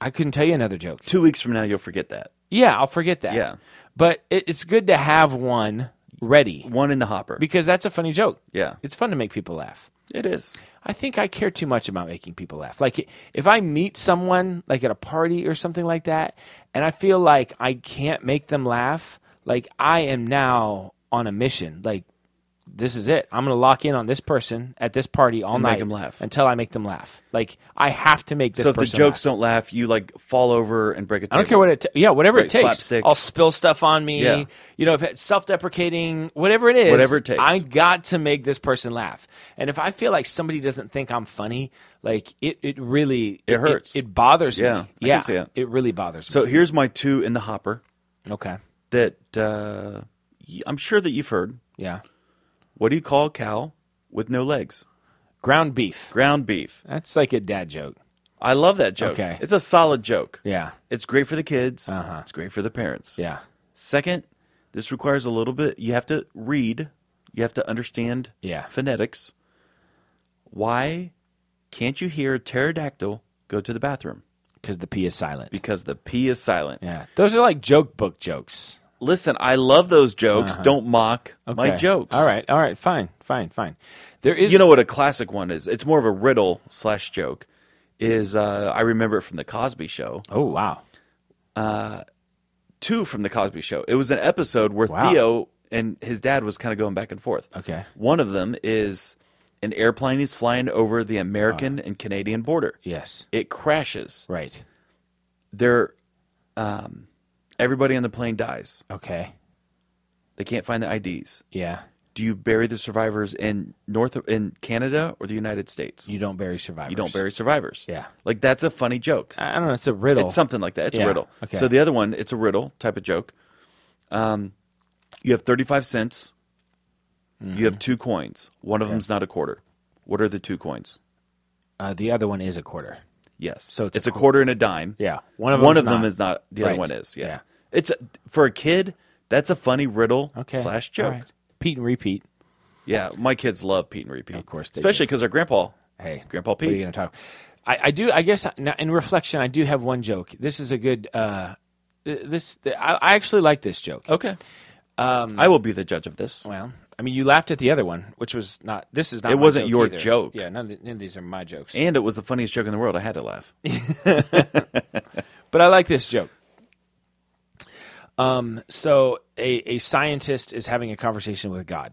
S3: I couldn't tell you another joke.
S4: Two weeks from now, you'll forget that.
S3: Yeah, I'll forget that.
S4: Yeah.
S3: But it, it's good to have one ready
S4: One in the hopper.
S3: because that's a funny joke.
S4: Yeah.
S3: It's fun to make people laugh.
S4: it is.
S3: I think I care too much about making people laugh. Like if I meet someone like at a party or something like that and I feel like I can't make them laugh, like I am now on a mission. Like this is it. I'm going to lock in on this person at this party all
S4: make
S3: night
S4: them laugh.
S3: until I make them laugh. Like I have to make this
S4: so if the
S3: person
S4: jokes
S3: laugh.
S4: don't laugh, you like fall over and break a
S3: I don't care what it ta- yeah, whatever it
S4: Right,
S3: takes.
S4: slapstick.
S3: I'll spill stuff on me.
S4: Yeah.
S3: You know, if it's self-deprecating, whatever it is,
S4: Whatever it takes.
S3: I got to make this person laugh. And if I feel like somebody doesn't think I'm funny, like it it really
S4: It hurts.
S3: It, bothers
S4: Yeah, I
S3: me.
S4: can
S3: Yeah.
S4: see it.
S3: really bothers
S4: So here's my two in the hopper
S3: me. Okay.
S4: that uh, y- I'm sure that you've heard.
S3: Yeah.
S4: What do you call a cow with no legs?
S3: Ground beef.
S4: Ground beef.
S3: That's like a dad joke.
S4: I love that joke.
S3: Okay.
S4: It's a solid joke.
S3: Yeah.
S4: It's great for the kids.
S3: Uh-huh.
S4: It's great for the parents.
S3: Yeah.
S4: Second, this requires a little bit. You have to read. You have to understand
S3: Yeah.
S4: phonetics. Why can't you hear a pterodactyl go to the bathroom?
S3: Cuz the P is silent.
S4: Because the P is silent.
S3: yeah. Those are like joke book jokes.
S4: Listen, I love those jokes. Don't mock my
S3: Uh-huh. Okay.
S4: jokes.
S3: All right. All right. Fine. Fine. Fine. There is
S4: You know what a classic one is? It's more of a riddle slash joke. Is uh, I remember it from the Cosby Show.
S3: Oh, wow.
S4: Two from the Cosby Show. It was an episode where
S3: Wow.
S4: Theo and his dad was kind of going back and forth.
S3: Okay.
S4: One of them is an airplane is flying over the American
S3: Uh-huh.
S4: and Canadian border.
S3: Yes.
S4: It crashes.
S3: Right.
S4: There, um, everybody on the plane dies.
S3: Okay.
S4: They can't find the IDs.
S3: Yeah.
S4: Do you bury the survivors in North in Canada or the United States?
S3: You don't bury survivors.
S4: You don't bury survivors.
S3: Yeah.
S4: Like that's a funny joke.
S3: I don't know. It's a riddle.
S4: It's something like that. It's
S3: Yeah,
S4: a riddle.
S3: okay.
S4: So the other one, it's a riddle type of joke. Um, you have 35 cents.
S3: Mm-hmm.
S4: You have two coins. One of them's not a quarter. What are the two coins?
S3: uh, the other one is a quarter.
S4: Yes.
S3: So it's a
S4: a, quarter and a dime.
S3: Yeah. One of
S4: one of
S3: them's
S4: them
S3: not.
S4: is not. The
S3: Right.
S4: other one is. Yeah.
S3: Yeah.
S4: It's a, for a kid. That's a funny riddle
S3: Okay.
S4: slash
S3: All
S4: joke.
S3: right. Pete and repeat.
S4: Yeah, my kids love Pete and Repeat. Of
S3: course they do.
S4: especially because our grandpa.
S3: Hey,
S4: Grandpa
S3: What are you
S4: Pete.
S3: going to talk? I, I do. I guess now, in reflection, I do have one joke. This is a good. Uh, th- this I, I actually like this joke.
S4: Okay. I will be the judge of this.
S3: Um, Well, I mean, you laughed at the other one, which was not. This is not.
S4: It
S3: my
S4: wasn't
S3: joke
S4: your
S3: either.
S4: joke.
S3: Yeah, none of, the- none of these are my jokes.
S4: And it was the funniest joke in the world. I had to laugh.
S3: But I like this joke. Um, so a, a scientist is having a conversation with God,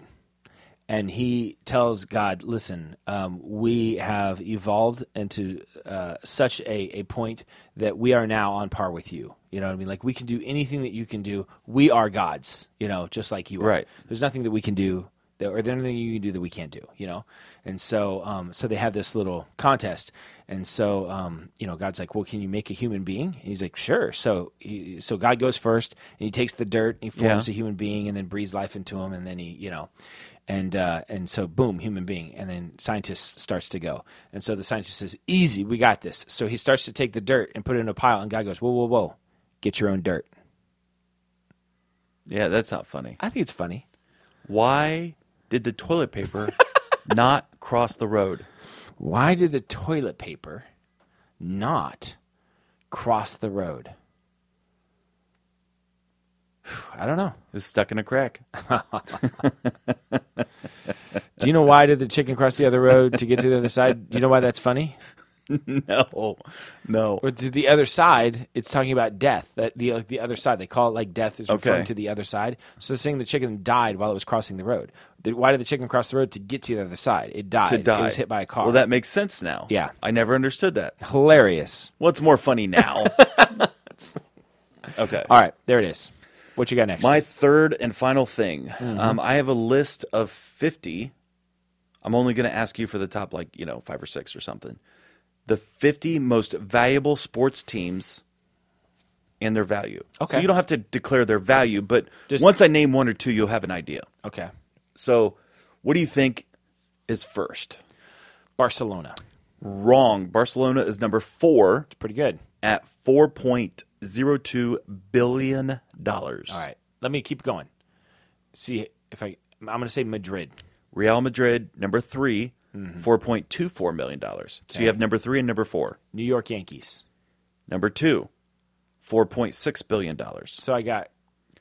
S3: and he tells God, "Listen, um, we have evolved into uh, such a, a point that we are now on par with you. You know what I mean? Like we can do anything that you can do. We are gods, you know, just like you are.
S4: Right.
S3: There's nothing that we can do that or there's nothing you can do that we can't do, you know? And so um so they have this little contest. And so um, you know, God's like, Well, can you make a human being? And he's like, Sure. So he, so God goes first and he takes the dirt and he forms
S4: Yeah.
S3: a human being and then breathes life into him and then he, you know, and uh, and so boom, human being, and then scientist starts to go, and so the scientist says, "Easy, we got this." So he starts to take the dirt and put it in a pile, and God goes, "Whoa, whoa, whoa, get your own dirt."
S4: Yeah, that's not funny.
S3: I think it's funny.
S4: Why did the toilet paper not cross the road?
S3: Why did the toilet paper not cross the road? I don't know.
S4: It was stuck in a crack.
S3: Do you know why did the chicken cross the other road to get to the other side? Do you know why that's funny? Oh.
S4: No, Oh, no.
S3: Or to the other side, it's talking about death. That the like the other side, they call it like death is referring
S4: Okay.
S3: to the other side. So they're saying the chicken died while it was crossing the road. The- why did the chicken cross the road to get to the other side? It died.
S4: To die.
S3: It was hit by a car.
S4: Well, that makes sense now.
S3: Yeah.
S4: I never understood that.
S3: hilarious.
S4: What's more funny now? okay.
S3: All right, there it is. What you got next?
S4: My third and final thing.
S3: Mm-hmm.
S4: Um, I have a list of 50. I'm only going to ask you for the top, like, you know, five or six or something. The 50 most valuable sports teams and their value.
S3: Okay.
S4: So you don't have to declare their value, but
S3: Just-
S4: once I name one or two, you'll have an idea.
S3: okay,
S4: So what do you think is first?
S3: Barcelona.
S4: Wrong. Barcelona is number four
S3: Pretty good.
S4: at $4.02 billion. All
S3: All right, let me keep going. See if I. I'm going to say Madrid.
S4: Real Madrid, number 3
S3: Mm-hmm.
S4: $4.24 million. So you have number three and number four.
S3: New York Yankees.
S4: Number two, $4.6 billion.
S3: So I got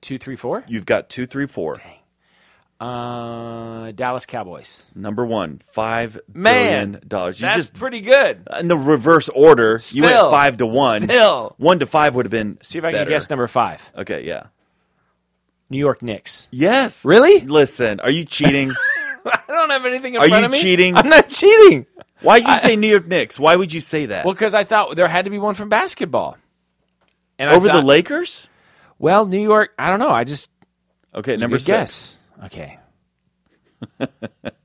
S3: two, three, four.
S4: You've got two, three, four.
S3: Uh, Dallas Cowboys.
S4: Number one, five
S3: Man,
S4: billion dollars. You
S3: That's
S4: just
S3: pretty good.
S4: in the reverse order. you
S3: Still,
S4: went five to one.
S3: still.
S4: one to five would have been.
S3: See if I
S4: better.
S3: can guess number five.
S4: Okay, yeah,
S3: New York Knicks.
S4: yes.
S3: Really?
S4: Listen, are you cheating?
S3: I don't have anything in
S4: Are
S3: front
S4: you
S3: of me.
S4: cheating?
S3: I'm not cheating.
S4: Why would you say New York Knicks? Why would you say that
S3: Well, because I thought there had to be one from basketball. And I
S4: over the
S3: thought-
S4: Lakers?
S3: Well, New York. I don't know. I just
S4: Okay, number
S3: good
S4: six.
S3: guess. Okay.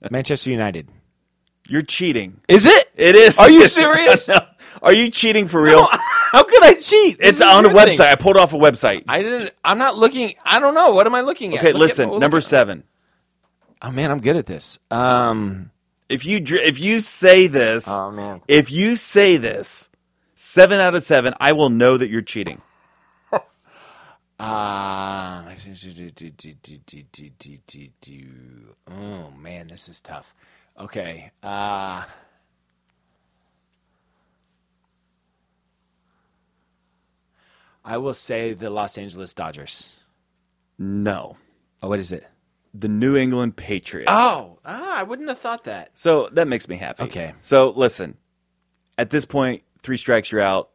S3: Manchester United.
S4: You're cheating.
S3: Is it?
S4: It is.
S3: Are you serious?
S4: Are you cheating for real?
S3: How could I cheat? This
S4: it's
S3: is
S4: on a
S3: your
S4: website.
S3: thing.
S4: I pulled off a website.
S3: I didn't. I'm not looking. I don't know. What am I looking at?
S4: okay,
S3: Look at-
S4: listen.
S3: look
S4: number
S3: at-
S4: seven.
S3: Oh man, I'm good at this. Um,
S4: If you dr- if you say this,
S3: Oh, man.
S4: if you say this, seven out of seven, I will know that you're cheating.
S3: Uh, oh man, this is tough. Okay. Uh, I will say the Los Angeles Dodgers.
S4: No,
S3: Oh, what is it?
S4: the New England Patriots.
S3: Oh, ah, I wouldn't have thought that.
S4: so that makes me happy.
S3: Okay.
S4: So listen, at this point, three strikes, you're out.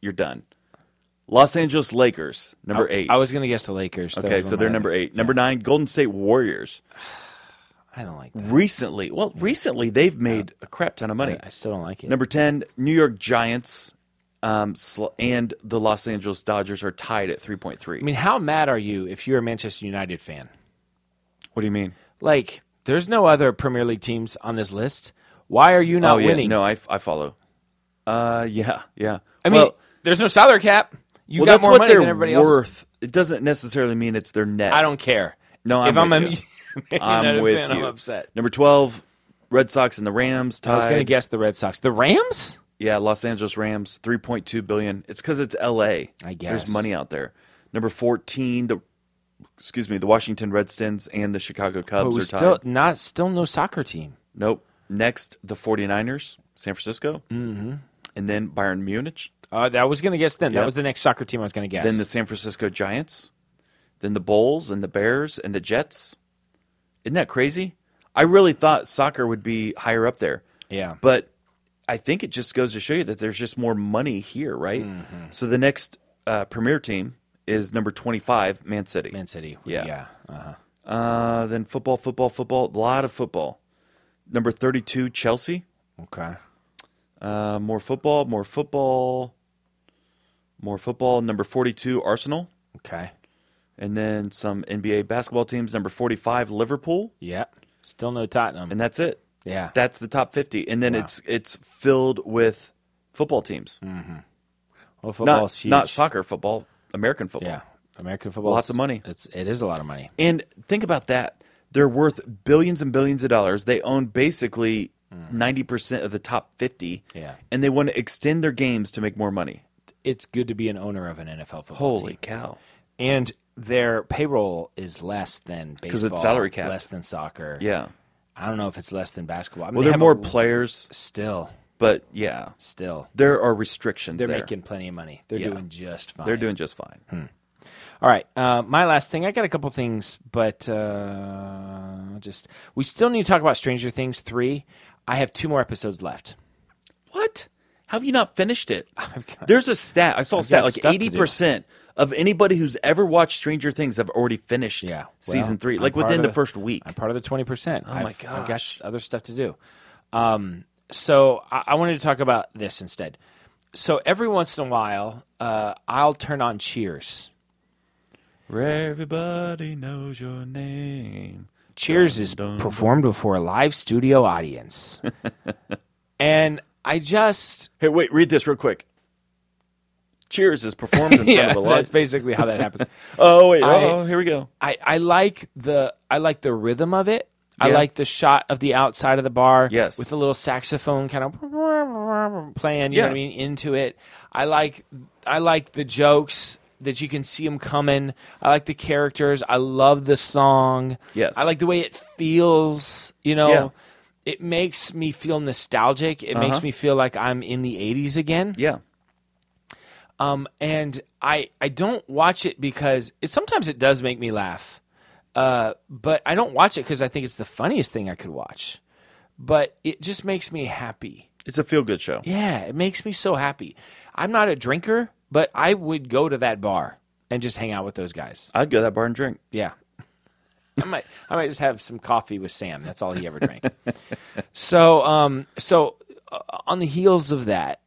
S4: You're done. Los Angeles Lakers, number eight.
S3: Oh, I was gonna guess the Lakers. That
S4: okay,
S3: was
S4: so
S3: one
S4: they're
S3: of my-
S4: number eight. Number nine, Golden State Warriors.
S3: I don't like that.
S4: Recently, well, recently they've made a crap ton of money.
S3: I still don't like it.
S4: Number 10, New York Giants um, sl- and the Los Angeles Dodgers are tied at 3.3.
S3: I mean, how mad are you if you're a Manchester United fan?
S4: what do you mean?
S3: Like, there's no other Premier League teams on this list. Why are you not
S4: Oh, yeah.
S3: winning?
S4: No, I, f- I follow. Uh, yeah, yeah.
S3: I mean,
S4: well,
S3: there's no salary cap. You
S4: well,
S3: got
S4: that's
S3: more
S4: what
S3: money
S4: they're
S3: than everybody else.
S4: worth. It doesn't necessarily mean it's their net.
S3: I don't care.
S4: No,
S3: if
S4: I'm
S3: I'm
S4: with
S3: a Man
S4: I'm
S3: United
S4: with
S3: fan,
S4: you.
S3: I'm upset.
S4: Number 12, Red Sox and the Rams tied.
S3: I was going to guess the Red Sox, the Rams.
S4: Yeah, Los Angeles Rams, 3.2 billion. It's because it's L.A.
S3: I guess.
S4: there's money out there. Number 14, the excuse me, the Washington Redskins and the Chicago
S3: But
S4: Cubs
S3: we
S4: are
S3: still
S4: tied.
S3: not still no soccer team.
S4: Nope. Next, the 49ers, San Francisco. Mm-hmm. And then Bayern Munich.
S3: Uh, that I was going to guess them. That
S4: Yep.
S3: was the next soccer team I was going to guess.
S4: Then the San Francisco Giants. Then the Bulls and the Bears and the Jets. Isn't that crazy? I really thought soccer would be higher up there.
S3: yeah,
S4: But I think it just goes to show you that there's just more money here, right?
S3: Mm-hmm.
S4: So the next uh, premier team is number 25, Man City.
S3: Man City.
S4: Yeah.
S3: yeah. Uh-huh.
S4: Uh, then football, football, football, a lot of football. Number 32, Chelsea.
S3: Okay.
S4: Uh, more football, more football. More football. Number 42, Arsenal.
S3: Okay.
S4: And then some NBA basketball teams. Number 45, Liverpool.
S3: Yeah. Still no Tottenham.
S4: And that's it.
S3: yeah.
S4: That's the top 50. And then it's it's filled with football teams.
S3: well,
S4: Not,
S3: Mm. football's huge.
S4: not soccer football, American football.
S3: yeah. American football.
S4: Lots of money.
S3: It's it is a lot of money.
S4: And think about that. They're worth billions and billions of dollars. They own basically 90% of the top 50.
S3: Mm. Yeah.
S4: And they want to extend their games to make more money.
S3: It's good to be an owner of an NFL football team.
S4: Holy cow.
S3: and their payroll is less than baseball
S4: 'Cause it's salary cap.
S3: less than soccer.
S4: Yeah.
S3: I don't know if it's less than basketball. I mean,
S4: Well,
S3: they
S4: there are
S3: have
S4: more
S3: a-
S4: players,
S3: Still,
S4: but yeah,
S3: still,
S4: there are restrictions
S3: they're
S4: there.
S3: making Hmm. plenty of money. They're
S4: Yeah.
S3: doing just fine.
S4: They're doing just fine.
S3: All right. Uh, my last thing. I got a couple things, but uh, just we still need to talk about Stranger Things three. I have two more episodes left.
S4: What? How have you not finished it? There's a stat. I saw a stat
S3: got
S4: like
S3: stuff to do.
S4: 80% of anybody who's ever watched Stranger Things have already finished
S3: Yeah, well,
S4: season three,
S3: I'm
S4: like
S3: part
S4: within
S3: of
S4: the
S3: the-
S4: first week.
S3: I'm part of the twenty percent. Oh
S4: my
S3: I've
S4: gosh.
S3: got other stuff to do. Um, so I, I wanted to talk about this instead. So every once in a while, uh, I'll turn on Cheers.
S4: Everybody knows your name.
S3: Cheers is performed before a live studio audience, and I just
S4: Hey, wait, read this real quick. Cheers is performed in front
S3: yeah,
S4: of a lot.
S3: that's basically how that happens.
S4: Oh wait,
S3: I-
S4: oh here we go.
S3: I, I like the I like the rhythm of it. I
S4: Yeah.
S3: like the shot of the outside of the bar.
S4: Yes.
S3: With a little saxophone kind of playing, you know what
S4: Yeah.
S3: I mean, into it. I like I like the jokes that you can see them coming. I like the characters. I love the song.
S4: Yes.
S3: I like the way it feels, you know.
S4: Yeah. Uh-huh.
S3: It makes me feel nostalgic. It makes me feel like I'm in the 80s again.
S4: Yeah,
S3: Um, and I I don't watch it because it sometimes it does make me laugh, uh, but I don't watch it because I think it's the funniest thing I could watch. But it just makes me happy.
S4: it's a feel-good show.
S3: Yeah, it makes me so happy. I'm not a drinker, but I would go to that bar and just hang out with those guys.
S4: I'd go to that bar and drink.
S3: Yeah. I might I might just have some coffee with Sam. That's all he ever drank. so um so uh, on the heels of that,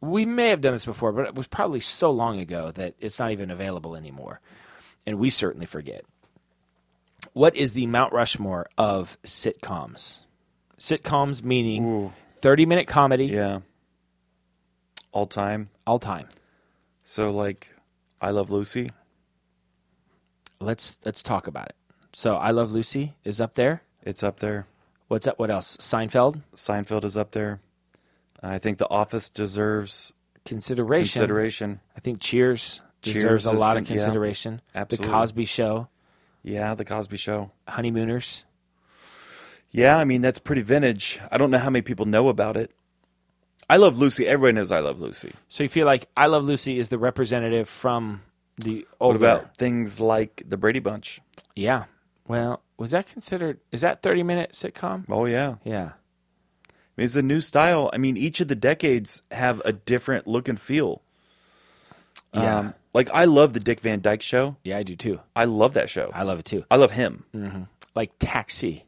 S3: we may have done this before, but it was probably so long ago that it's not even available anymore. And we certainly forget. What is the Mount Rushmore of sitcoms? Sitcoms meaning 30-minute comedy
S4: Yeah, all time.
S3: all time.
S4: So like, I Love Lucy.
S3: Let's let's talk about it. So I Love Lucy is up there.
S4: It's up there.
S3: What's up? What else? Seinfeld?
S4: Seinfeld is up there. I think The Office deserves
S3: Consideration.
S4: consideration.
S3: I think Cheers deserves
S4: Cheers
S3: a
S4: is
S3: lot
S4: con-
S3: of consideration.
S4: yeah, absolutely.
S3: The Cosby Show,
S4: Yeah, The Cosby Show.
S3: Honeymooners.
S4: Yeah, I mean that's pretty vintage. I don't know how many people know about it. I Love Lucy. Everybody knows I Love Lucy.
S3: So you feel like I Love Lucy is the representative from the
S4: What
S3: older.
S4: about things like The Brady Bunch?
S3: Yeah. Well, was that considered? Is that thirty minute sitcom?
S4: Oh yeah.
S3: Yeah.
S4: It's a new style. I mean, each of the decades have a different look and feel. Um,
S3: Yeah.
S4: like I love the Dick Van Dyke Show.
S3: Yeah, I do too.
S4: I love that show.
S3: I love it too.
S4: I Mm. love him.
S3: Like Taxi.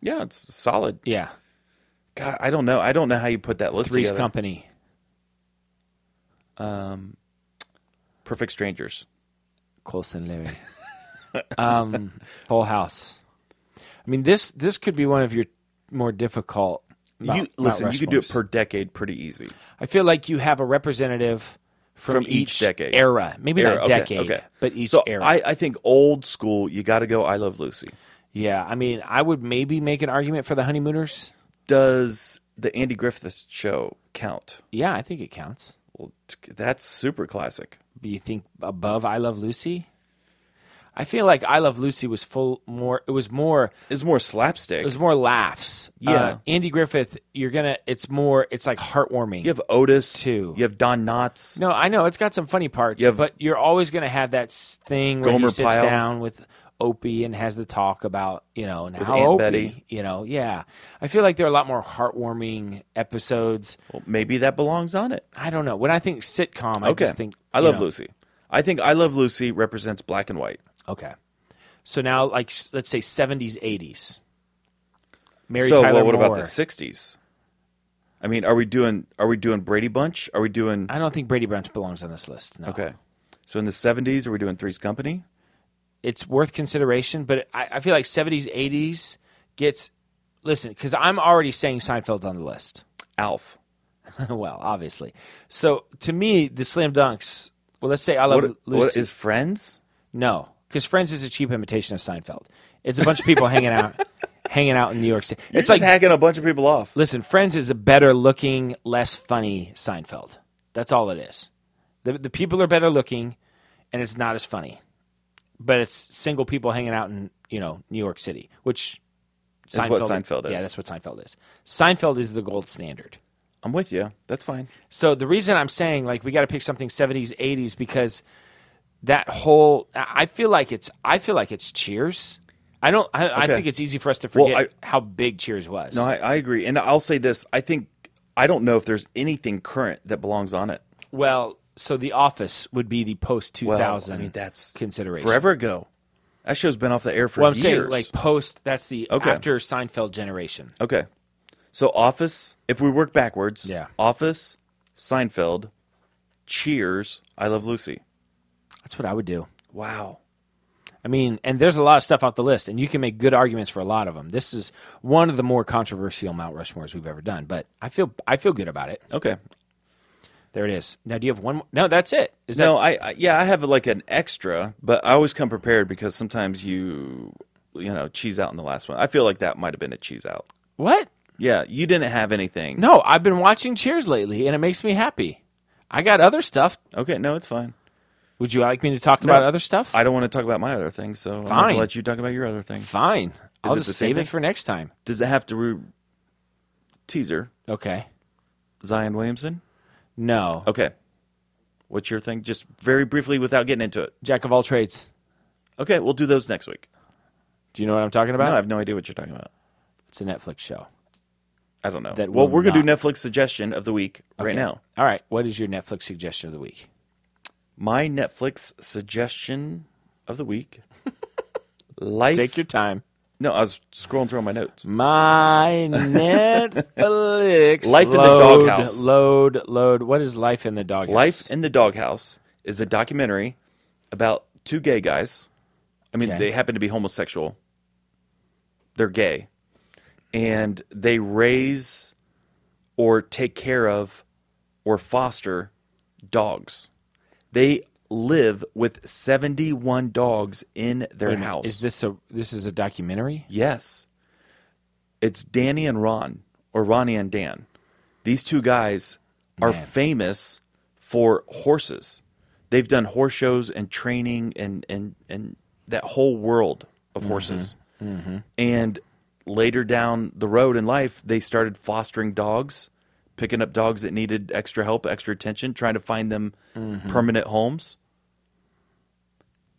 S4: Yeah, it's solid.
S3: Yeah.
S4: God, I don't know. I don't know how you put that list
S3: Three's
S4: together.
S3: Company.
S4: Perfect Strangers.
S3: Colson Leary. um, Full House. I mean this this could be one of your more difficult. Mount-
S4: you
S3: Mount
S4: listen. You could do it
S3: Rushmores.
S4: per decade, pretty easy.
S3: I feel like you have a representative from,
S4: From each decade.
S3: era, maybe
S4: Era,
S3: not
S4: okay,
S3: decade,
S4: okay.
S3: but each
S4: so
S3: era.
S4: I, I think old school. You got to go. I Love Lucy.
S3: yeah, I mean, I would maybe make an argument for the honeymooners.
S4: Does the Andy Griffith Show count?
S3: Yeah, I think it counts.
S4: Well, t- that's super classic.
S3: Do you think above I Love Lucy? I feel like I Love Lucy was full more. It was more.
S4: It's more slapstick.
S3: It was more laughs. Uh,
S4: Yeah.
S3: Andy Griffith, you're gonna. It's more. It's like heartwarming.
S4: you have Otis.
S3: Two.
S4: You have Don Knotts.
S3: No, I know it's got some funny parts,
S4: You have-
S3: but you're always going to have that s- thing where
S4: Gomer
S3: he sits
S4: Pyle.
S3: down with Opie and has the talk about you know and how
S4: Aunt
S3: Opie,
S4: Betty.
S3: you know, yeah. I feel like there are a lot more heartwarming episodes.
S4: Well, maybe that belongs on it.
S3: I don't know. When I think sitcom, I
S4: Okay.
S3: just think
S4: I
S3: you
S4: love
S3: know,
S4: Lucy. I think I Love Lucy represents black and white.
S3: Okay, so now like s- let's say seventies, eighties. Mary
S4: so,
S3: Tyler
S4: well, what
S3: Moore.
S4: about the '60s? I I mean, are we doing are we doing Brady Bunch? Are we doing
S3: I don't think Brady Bunch belongs on this list. No.
S4: okay? So in the seventies, are we doing Three's Company?
S3: it's worth consideration, but I, I feel like 70s, 80s gets. Listen, because I'm already saying Seinfeld's on the list.
S4: Alf.
S3: well, obviously. So to me, the slam dunks. Well, let's say I love
S4: What-
S3: Lucy.
S4: what is Friends?
S3: no, because Friends is a cheap imitation of Seinfeld. It's a bunch of people hanging out, hanging out in New York City.
S4: You're
S3: it's like
S4: just hacking a bunch of people off.
S3: Listen, Friends is a better looking, less funny Seinfeld. That's all it is. The, the people are better looking, and it's not as funny. But it's single people hanging out in you know New York City, which
S4: That's what Seinfeld is.
S3: Yeah, that's what Seinfeld is. Seinfeld is the gold standard.
S4: I'm with you. That's fine.
S3: So the reason I'm saying like we got to pick something 70s, 80s because that whole I I feel like it's I feel like it's Cheers. I don't. I, I
S4: Okay.
S3: think it's easy for us to
S4: Well,
S3: forget how big Cheers was.
S4: No, I, I agree. And I'll say this: I think I don't know if there's anything current that belongs on it.
S3: Well, so The Office would be the post two
S4: Well,
S3: thousand.
S4: I mean, that's
S3: consideration.
S4: forever ago. That show's been off the air for
S3: Well, I'm
S4: years.
S3: saying like post. That's the
S4: Okay.
S3: after Seinfeld generation.
S4: okay, so Office. If we work backwards,
S3: Yeah.
S4: Office, Seinfeld, Cheers, I Love Lucy.
S3: That's what I would do.
S4: Wow.
S3: I mean, and there's a lot of stuff off the list, and you can make good arguments for a lot of them. This is one of the more controversial Mount Rushmores we've ever done, but I feel I feel good about it.
S4: Okay.
S3: There it is. Now, do you have one? More? No, that's it. Is that
S4: No, I, I yeah, I have like an extra, but I always come prepared because sometimes you you know cheese out in the last one. I feel like that might have been a cheese out.
S3: what?
S4: Yeah, you didn't have anything.
S3: No, I've been watching Cheers lately, and it makes me happy. I got other stuff.
S4: Okay, no, it's fine.
S3: Would you like me to talk about other stuff?
S4: I don't want to talk about my other thing, so I'm going
S3: Fine.
S4: to let you talk about your other thing.
S3: Fine. I'll
S4: it
S3: just
S4: the same
S3: save it
S4: thing?
S3: for next time.
S4: Does it have to re- teaser
S3: Okay.
S4: Zion Williamson?
S3: No.
S4: Okay. What's your thing? Just very briefly without getting into it.
S3: Jack of all trades.
S4: Okay, we'll do those next week.
S3: Do you know what I'm talking
S4: No,
S3: about?
S4: I have no idea what you're talking about.
S3: It's a Netflix show.
S4: I don't know.
S3: That
S4: well,
S3: will
S4: we're going to do
S3: not-
S4: Netflix suggestion of the week right
S3: Okay.
S4: now.
S3: All right. What is your Netflix suggestion of the week?
S4: My Netflix suggestion of the week. Life.
S3: Take your time.
S4: no, I was scrolling through my notes.
S3: My Netflix.
S4: Life in the
S3: load,
S4: doghouse.
S3: Load, load. What is life in the doghouse?
S4: Life in the Doghouse is a documentary about two gay guys. I mean,
S3: Okay.
S4: they happen to be homosexual. They're gay. And they raise or take care of or foster dogs. They live with 71 dogs in their
S3: Wait a minute,
S4: house.
S3: Is this a this is a documentary?
S4: Yes. It's Danny and Ron, or Ronnie and Dan. These two guys are famous for horses. They've done horse shows and training and and, and that whole world of
S3: Mm-hmm.
S4: horses. And later down the road in life, they started fostering dogs, picking up dogs that needed extra help, extra attention, trying to find them
S3: Mm-hmm.
S4: permanent homes.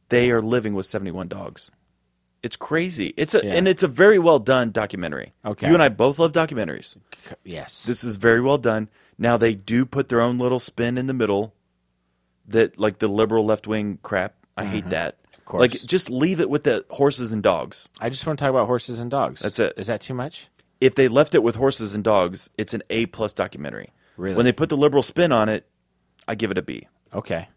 S4: They are living with 71 dogs. It's crazy. It's a
S3: Yeah.
S4: and it's a very well done documentary.
S3: Okay.
S4: You and I both love documentaries.
S3: C- Yes.
S4: This is very well done. Now they do put their own little spin in the middle that like the liberal left wing crap. I hate that. Of
S3: Mm-hmm. course.
S4: Like just leave it with the horses and dogs.
S3: I just want to talk about horses and dogs.
S4: That's it.
S3: Is that too much?
S4: If they left it with horses and dogs, it's an A plus documentary.
S3: Really?
S4: When they put the liberal spin on it, I give it a B.
S3: Okay.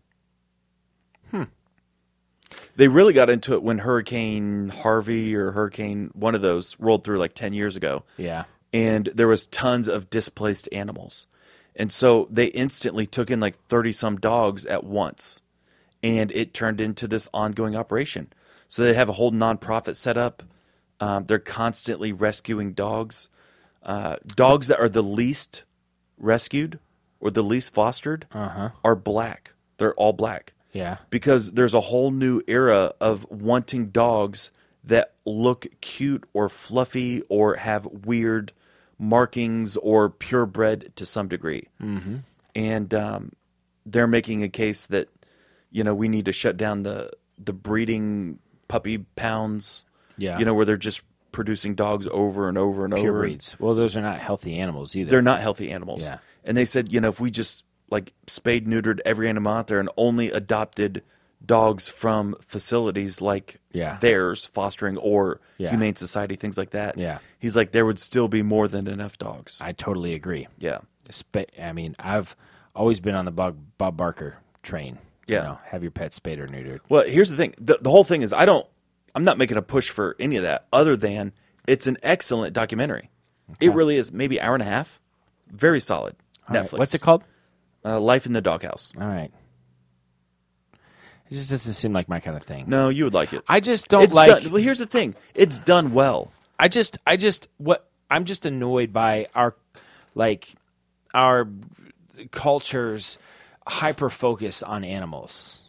S4: They really got into it when Hurricane Harvey or Hurricane one of those rolled through like ten years ago.
S3: Yeah.
S4: and there was tons of displaced animals. And so they instantly took in like 30 some dogs at once and it turned into this ongoing operation. So they have a whole nonprofit set up. Um, they're constantly rescuing dogs, uh, dogs that are the least rescued or the least fostered are black. They're all black
S3: Yeah.
S4: because there's a whole new era of wanting dogs that look cute or fluffy or have weird markings or purebred to some degree. Mm-hmm. And um, they're making a case that you know we need to shut down the the breeding puppy pounds.
S3: Yeah.
S4: you know where they're just producing dogs over and over and
S3: Pure
S4: over.
S3: breeds. Well, those are not healthy animals either.
S4: They're not healthy animals.
S3: Yeah.
S4: And they said, you know, if we just like spayed neutered every animal out there and only adopted dogs from facilities like
S3: Yeah.
S4: theirs, fostering or
S3: Yeah.
S4: humane society, things like that.
S3: Yeah.
S4: He's like, there would still be more than enough dogs.
S3: I totally agree.
S4: yeah.
S3: Spa- I mean, I've always been on the Bob, Bob Barker train.
S4: Yeah.
S3: You know, have your pet spayed or neutered.
S4: Well, here's the thing. The, the whole thing is I don't I'm not making a push for any of that other than it's an excellent documentary. It really is maybe hour and a half. Very solid.
S3: All right,
S4: Netflix.
S3: What's it called?
S4: Uh, Life in the Doghouse.
S3: All right. It just doesn't seem like my kind of thing.
S4: No, you would like it.
S3: I just don't
S4: it's
S3: like.
S4: done, well, here's the thing. It's done well.
S3: I just, I just, what I'm just annoyed by our, like, our culture's hyper focus on animals.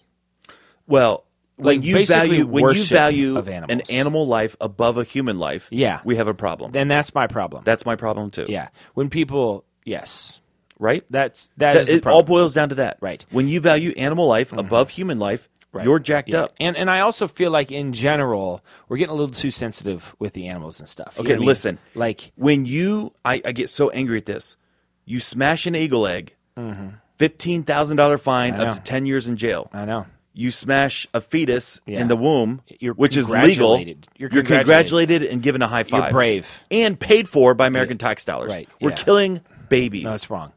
S4: Well, when
S3: Like,
S4: you
S3: basically
S4: value when you
S3: worship
S4: value
S3: of
S4: an
S3: animals.
S4: animal life above a human life,
S3: Yeah.
S4: we have a problem.
S3: Then that's my problem.
S4: That's my problem too.
S3: yeah. When people, yes,
S4: Right?
S3: that's that
S4: That-
S3: is the
S4: it all
S3: problem.
S4: boils down to that.
S3: Right. Mm-hmm.
S4: When you value animal life above human life, you're jacked
S3: Yeah.
S4: up.
S3: And and I also feel like in general we're getting a little too sensitive with the animals and stuff. You know
S4: Okay,
S3: what I mean?
S4: listen.
S3: Like
S4: when you I, I get so angry at this you smash an eagle egg $15000 fine
S3: Mm-hmm. know.
S4: up to 10 years in jail
S3: I know.
S4: you smash a fetus
S3: Yeah.
S4: in the womb
S3: You're
S4: which is legal
S3: congratulated. You're congratulated.
S4: congratulated and given a high 5
S3: You're brave.
S4: and paid for by american tax dollars
S3: Right,
S4: we're
S3: yeah.
S4: killing babies
S3: No, it's wrong.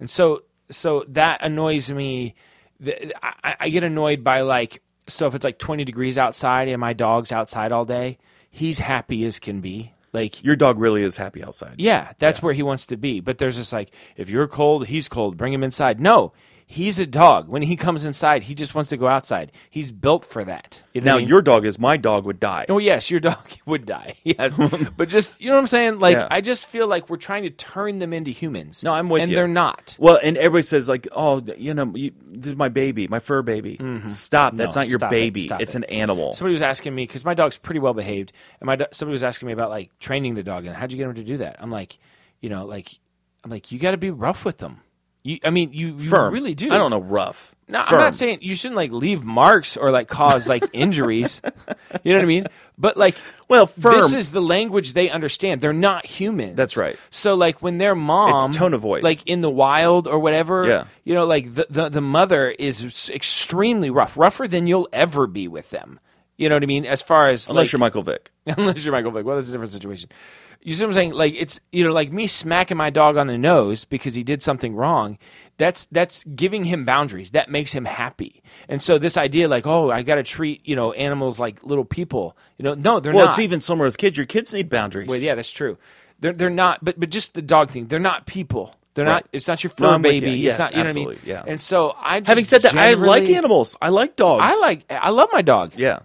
S3: And so so that annoys me. The- I, I- I get annoyed by like so if it's like 20 degrees outside and my dog's outside all day, he's happy as can be. Like
S4: your dog really is happy outside
S3: Yeah, that's where he wants to be. But there's just like, if you're cold, he's cold. Bring him inside. No, he's a dog. When he comes inside, he just wants to go outside. He's built for that. You know
S4: now
S3: what I mean?
S4: your dog is my dog would die
S3: Oh yes, your dog would die. Yes, but just you know what I'm saying. Like
S4: Yeah.
S3: I just feel like we're trying to turn them into humans.
S4: No, I'm with
S3: and
S4: you.
S3: they're not.
S4: well, and everybody says like, "Oh, you know, you, this is my baby, my fur baby." Stop! That's
S3: Mm-hmm. No,
S4: not your
S3: stop it,
S4: baby.
S3: stop
S4: it's
S3: it.
S4: an animal.
S3: Somebody was asking me because my dog's pretty well behaved, and my do- somebody was asking me about like training the dog and how'd you get him to do that? I'm like, you know, like I'm like you got to be rough with them. You, I mean, you, you
S4: firm.
S3: really do.
S4: I don't know. Rough.
S3: No,
S4: Firm.
S3: I'm not saying you shouldn't like leave marks or like cause like injuries. You know what I mean? But like,
S4: Well, firm.
S3: this is the language they understand. They're not humans.
S4: That's right.
S3: So like when their mom,
S4: It's tone of voice.
S3: like in the wild or whatever.
S4: Yeah.
S3: You know, like the the, the mother is s- extremely rough, rougher than you'll ever be with them. You know what I mean? As far as
S4: unless
S3: like,
S4: you're Michael Vick.
S3: unless you're Michael Vick. Well, that's a different situation. You see what I'm saying? Like it's you know, like me smacking my dog on the nose because he did something wrong. That's that's giving him boundaries. That makes him happy. And so this idea, like, oh, I got to treat you know animals like little people. You know, no, they're
S4: Well,
S3: not.
S4: it's even somewhere with kids. Your kids need boundaries.
S3: Well, yeah, that's true. They're they're not. But but just the dog thing. They're not people. They're
S4: Right.
S3: not. It's not your
S4: No,
S3: fur
S4: I'm with you.
S3: baby.
S4: Yes,
S3: it's not. You know what I mean?
S4: absolutely. Yeah.
S3: And so I. Just
S4: Having said that, I like
S3: generally-
S4: animals. I like dogs.
S3: I like. I love my dog.
S4: Yeah,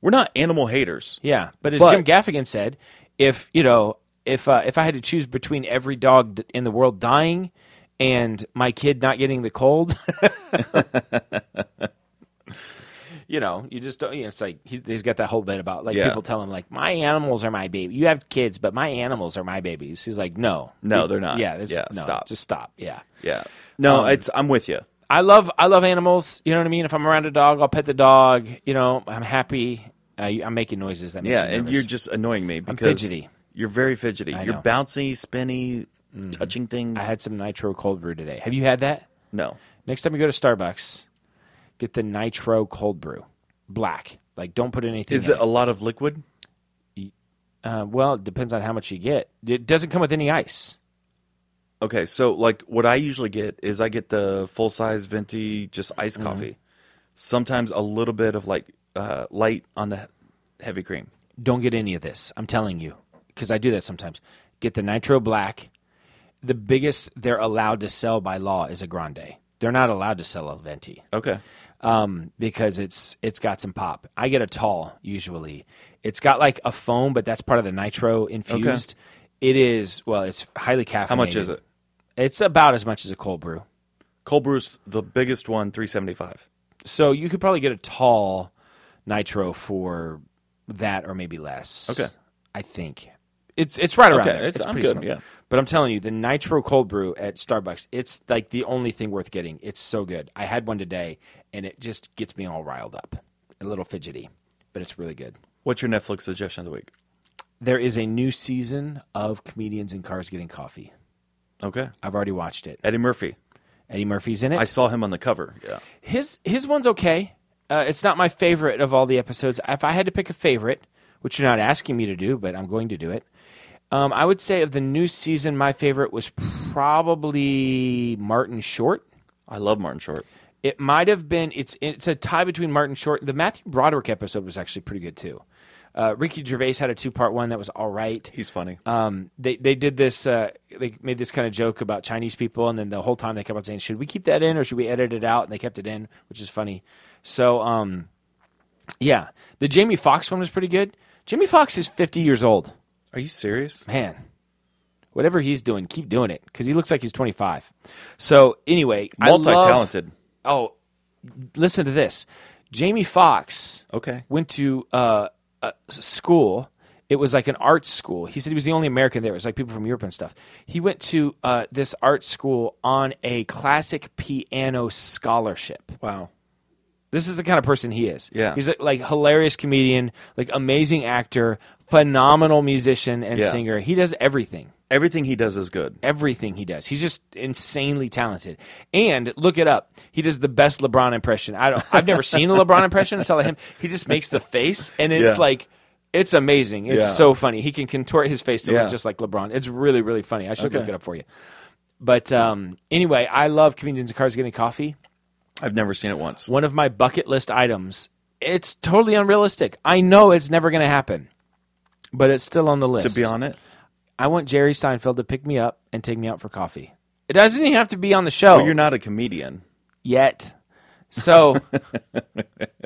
S4: we're not animal haters.
S3: Yeah, but as
S4: But-
S3: Jim Gaffigan said, if you know, if uh, if I had to choose between every dog d- in the world dying and my kid not getting the cold, you know, you just don't. You know, it's like he, he's got that whole bit about like
S4: Yeah.
S3: people tell him like my animals are my baby. You have kids, but my animals are my babies. He's like, no,
S4: No, they're not.
S3: Yeah, that's,
S4: Yeah,
S3: no,
S4: stop.
S3: just stop. Yeah.
S4: Yeah.
S3: Um,
S4: No, it's I'm with you.
S3: I love I love animals. You know what I mean. If I'm around a dog, I'll pet the dog. You know, I'm happy. Uh, I'm making noises. That makes
S4: Yeah,
S3: you
S4: and
S3: nervous.
S4: you're just annoying me because
S3: fidgety.
S4: you're very fidgety. you're
S3: know. Mm-hmm.
S4: bouncy, spinny, touching things.
S3: I had some nitro cold brew today. Have you had that?
S4: no.
S3: Next time you go to Starbucks, get the nitro cold brew, black. Like don't put anything.
S4: Is
S3: in
S4: it a lot of liquid?
S3: Uh, well, it depends on how much you get. It doesn't come with any ice.
S4: Okay, so like what I usually get is I get the full size venti just iced
S3: Mm-hmm.
S4: coffee. Sometimes a little bit of like uh, light on the he- heavy cream.
S3: Don't get any of this. I'm telling you, because I do that sometimes. Get the nitro black. The biggest they're allowed to sell by law is a grande. They're not allowed to sell a venti.
S4: Okay.
S3: um, because it's it's got some pop. I get a tall usually. It's got like a foam, but that's part of the nitro infused. It is well, it's highly caffeinated.
S4: How much is it?
S3: It's about as much as a cold brew.
S4: Cold brew's the biggest one, three seventy five.
S3: So you could probably get a tall nitro for that or maybe less.
S4: Okay.
S3: I think. It's it's right around
S4: Okay,
S3: there.
S4: it's- I'm
S3: pretty
S4: good,
S3: similar.
S4: yeah.
S3: But I'm telling you, the nitro cold brew at Starbucks, it's like the only thing worth getting. It's so good. I had one today and it just gets me all riled up. A little fidgety, but it's really good.
S4: What's your Netflix suggestion of the week?
S3: There is a new season of Comedians in Cars Getting Coffee.
S4: Okay.
S3: I've already watched it.
S4: Eddie Murphy.
S3: Eddie Murphy's in it.
S4: I saw him on the cover. Yeah.
S3: His his one's okay. Uh, it's not my favorite of all the episodes. If I had to pick a favorite, which you're not asking me to do, but I'm going to do it, um, I would say of the new season, my favorite was probably Martin Short.
S4: I love Martin Short.
S3: It might have been it's it's a tie between Martin Short. The Matthew Broderick episode was actually pretty good too. Uh, Ricky Gervais had a two part one that was all right.
S4: He's funny.
S3: Um, they they did this. Uh, they made this kind of joke about Chinese people, and then the whole time they kept on saying, "Should we keep that in or should we edit it out?" And they kept it in, which is funny. So, um, yeah, the Jamie Foxx one was pretty good. Jamie Foxx is fifty years old.
S4: Are you serious?
S3: Man, whatever he's doing, keep doing it because he looks like he's twenty five. So anyway, I love-
S4: Multi-talented.
S3: oh, listen to this. Jamie Foxx
S4: Okay.
S3: went to uh, a s- school. It was like an arts school. He said he was the only American there. It was like people from Europe and stuff. He went to uh, this art school on a classic piano scholarship.
S4: Wow.
S3: This is the kind of person he is.
S4: Yeah.
S3: he's a, like hilarious comedian, like amazing actor, phenomenal musician and
S4: Yeah.
S3: singer. He does everything
S4: Everything he does is good.
S3: everything he does. He's just insanely talented. And look it up. He does the best LeBron impression. I don't I've never seen a LeBron impression until him. He just makes the face and it's
S4: Yeah.
S3: like it's amazing. It's
S4: Yeah.
S3: so funny. He can contort his face to
S4: Yeah.
S3: look just like LeBron. It's really really funny. I should look
S4: Okay.
S3: it up for you. But um, anyway, I love comedians in cars getting coffee
S4: I've never seen it once.
S3: one of my bucket list items. It's totally unrealistic. I know it's never going to happen, but it's still on the list.
S4: To be on it,
S3: I want Jerry Seinfeld to pick me up and take me out for coffee. It doesn't even have to be on the show
S4: but you're not a comedian.
S3: yet. So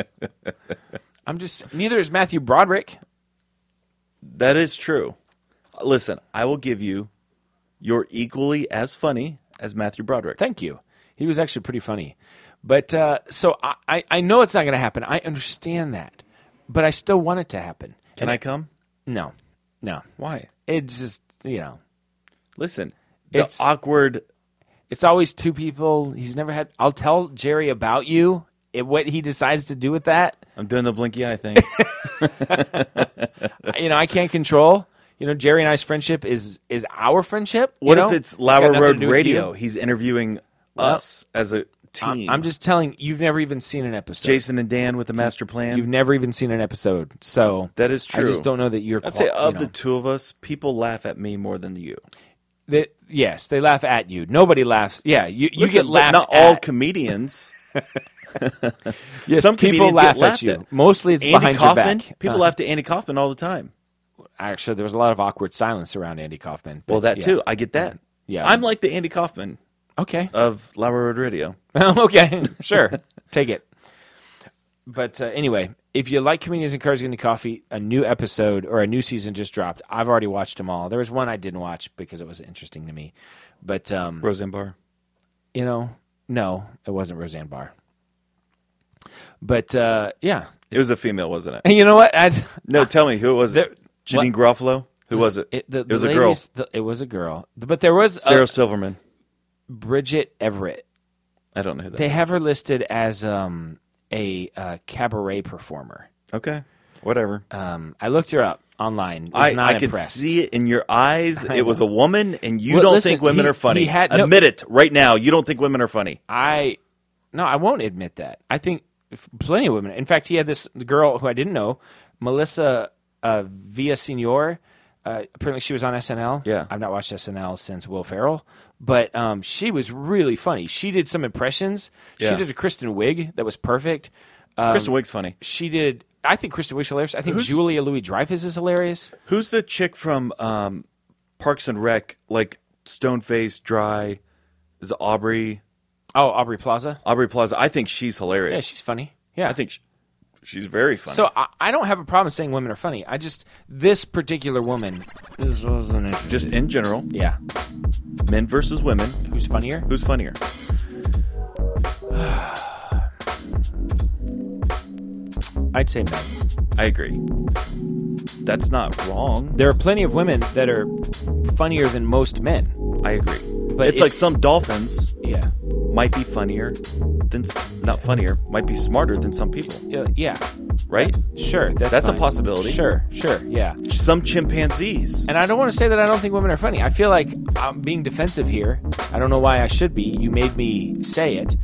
S3: I'm just neither is Matthew Broderick.
S4: That is true. Listen, I will give you. You're equally as funny as Matthew Broderick.
S3: Thank you. He was actually pretty funny. But uh, so I, I, I know it's not going to happen. I understand that, but I still want it to happen.
S4: Can I come?
S3: No, no.
S4: Why?
S3: It's just you know.
S4: Listen, the
S3: It's-
S4: awkward.
S3: It's always two people. He's never had. I'll tell Jerry about you and what he decides to do with that.
S4: I'm doing the blinky eye thing.
S3: You know, I can't control. You know, Jerry and I's friendship is is our friendship. you
S4: What
S3: know?
S4: if it's
S3: got
S4: Lower
S3: nothing to
S4: Road
S3: do with
S4: Radio?
S3: you.
S4: He's interviewing us as a team.
S3: I'm just telling you've never even seen an episode.
S4: Jason and Dan with the master
S3: You've
S4: plan.
S3: never even seen an episode, so
S4: That is
S3: I
S4: true.
S3: just don't know that you're.
S4: I'd say
S3: qual- you
S4: of
S3: know.
S4: the two of us, people laugh at me more than you.
S3: They- yes, they laugh at you. Nobody laughs. Yeah, you, you
S4: Listen,
S3: get
S4: but
S3: laughed.
S4: Not all
S3: at.
S4: comedians.
S3: Yes,
S4: some
S3: people
S4: comedians
S3: laugh
S4: get laughed
S3: you.
S4: at.
S3: Mostly it's
S4: Andy
S3: behind
S4: Kaufman.
S3: your back.
S4: People
S3: Uh,
S4: laugh at Andy Kaufman all the time.
S3: actually, there was a lot of awkward silence around Andy Kaufman. but
S4: Well, that
S3: yeah.
S4: too. I get that.
S3: Yeah.
S4: I'm like the Andy Kaufman
S3: Okay.
S4: of Lower Road Radio.
S3: Um, okay, sure, take it. But uh, anyway, if you like comedians and cars getting coffee, a new episode or a new season just dropped. I've already watched them all. There was one I didn't watch because it wasn't interesting to me. But um,
S4: Roseanne Barr.
S3: you know, no, it wasn't Roseanne Barr. But uh, yeah,
S4: It was a female, wasn't it?
S3: and you know what? I
S4: No, tell me who it was.
S3: There-
S4: It? Janine Garofalo. Who was it?
S3: It, the,
S4: it was
S3: the
S4: a girl.
S3: ladies- uh, the- it was a girl. But there was
S4: Sarah
S3: a
S4: Silverman.
S3: Bridget Everett.
S4: I don't know who that
S3: They
S4: is.
S3: have her listed as um, a uh, cabaret performer.
S4: Okay. Whatever.
S3: Um, I looked her up online. Was
S4: I,
S3: not
S4: I could
S3: impressed.
S4: see it in your eyes. It was a woman, and you
S3: Well,
S4: don't
S3: listen,
S4: think women
S3: he-
S4: are funny.
S3: he had- no-
S4: Admit it right now. You don't think women are funny.
S3: I no, I won't admit that. I think f- plenty of women. In fact, he had this girl who I didn't know, Melissa uh, Villa Senor. Uh, apparently, she was on SNL.
S4: Yeah.
S3: I've not watched SNL since Will Ferrell, but um, she was really funny. She did some impressions. She
S4: Yeah.
S3: did a Kristen Wiig that was perfect. Um,
S4: Kristen Wiig's funny.
S3: she did. I think Kristen Wiig's hilarious. I think
S4: Who's-
S3: Julia Louis Dreyfus is hilarious.
S4: Who's the chick from um, Parks and Rec? Like stone faced, dry. Is it Aubrey
S3: Oh, Aubrey Plaza.
S4: Aubrey Plaza? I think she's
S3: Yeah,
S4: hilarious.
S3: she's funny. Yeah,
S4: I think sh she's very funny.
S3: So I, I don't have a problem saying women are funny. I just this particular woman. This wasn't
S4: just in general,
S3: Yeah,
S4: men versus women.
S3: who's funnier?
S4: Who's funnier?
S3: I'd say men.
S4: I agree. That's not wrong.
S3: There are plenty of women that are funnier than most men.
S4: I agree.
S3: But
S4: it's
S3: if-
S4: like some dolphins
S3: Yeah,
S4: might be funnier than s- not funnier, might be smarter than some people.
S3: yeah, yeah.
S4: right?
S3: Sure, that's,
S4: That's a
S3: fine.
S4: possibility.
S3: Sure, sure, yeah.
S4: Some chimpanzees.
S3: And I don't want to say that I don't think women are funny. I feel like I'm being defensive here. I don't know why I should be. You made me say it,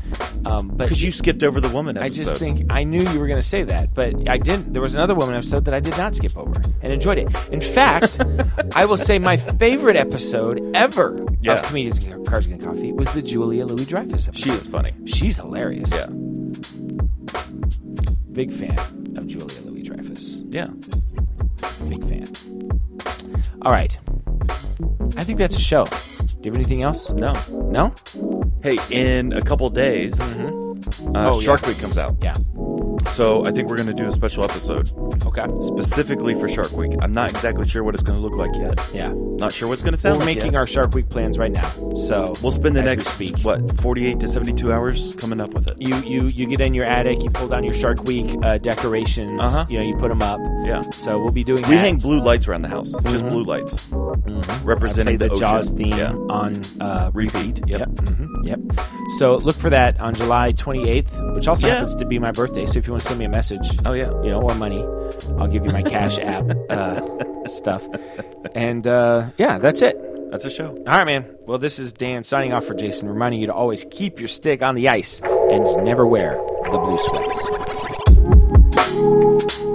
S3: um, but
S4: Because you skipped over the woman
S3: I
S4: episode.
S3: just think I knew you were going to say that, but I didn't. There was another woman episode that I did not skip over and enjoyed it. In fact, I will say my favorite episode ever
S4: Yeah.
S3: of Comedians in Cars Getting Coffee was the Julia Louis Dreyfus episode.
S4: she is funny.
S3: She's hilarious.
S4: Yeah.
S3: Big fan of Julia Louis Dreyfus.
S4: Yeah.
S3: Big fan. All right. I think that's a show. Do you have anything else?
S4: No.
S3: No?
S4: Hey, in a couple days, uh,
S3: Oh, yeah.
S4: Shark Week comes out.
S3: Yeah.
S4: So I think we're going to do a special episode
S3: Okay.
S4: specifically for Shark Week. I'm not exactly sure what it's going to look like yet.
S3: Yeah.
S4: Not sure what's going to
S3: We're
S4: sound like
S3: making
S4: yet.
S3: our Shark Week plans right now. So
S4: We'll spend the
S3: as we
S4: next what 48 to 72 hours coming up with it.
S3: you you you get in your attic, you pull down your Shark Week uh, decorations,
S4: Uh-huh.
S3: you know, you put them up.
S4: Yeah.
S3: So we'll be doing
S4: We
S3: that.
S4: hang blue lights around the house, just blue lights, representing
S3: Mm-hmm. Play the,
S4: ocean.
S3: Jaws theme
S4: Yeah.
S3: on uh, repeat.
S4: Repeat. Yep. Mm-hmm.
S3: mhm, yep. So look for that on July 28th, which also
S4: Yeah.
S3: happens to be my birthday. So if you want to send me a message,
S4: Oh, yeah.
S3: you know, or money, I'll give you my Cash App uh, stuff. And uh, yeah, that's it.
S4: That's a show.
S3: All right, man. Well, this is Dan signing off for Jason, reminding you to always keep your stick on the ice and never wear the blue sweats.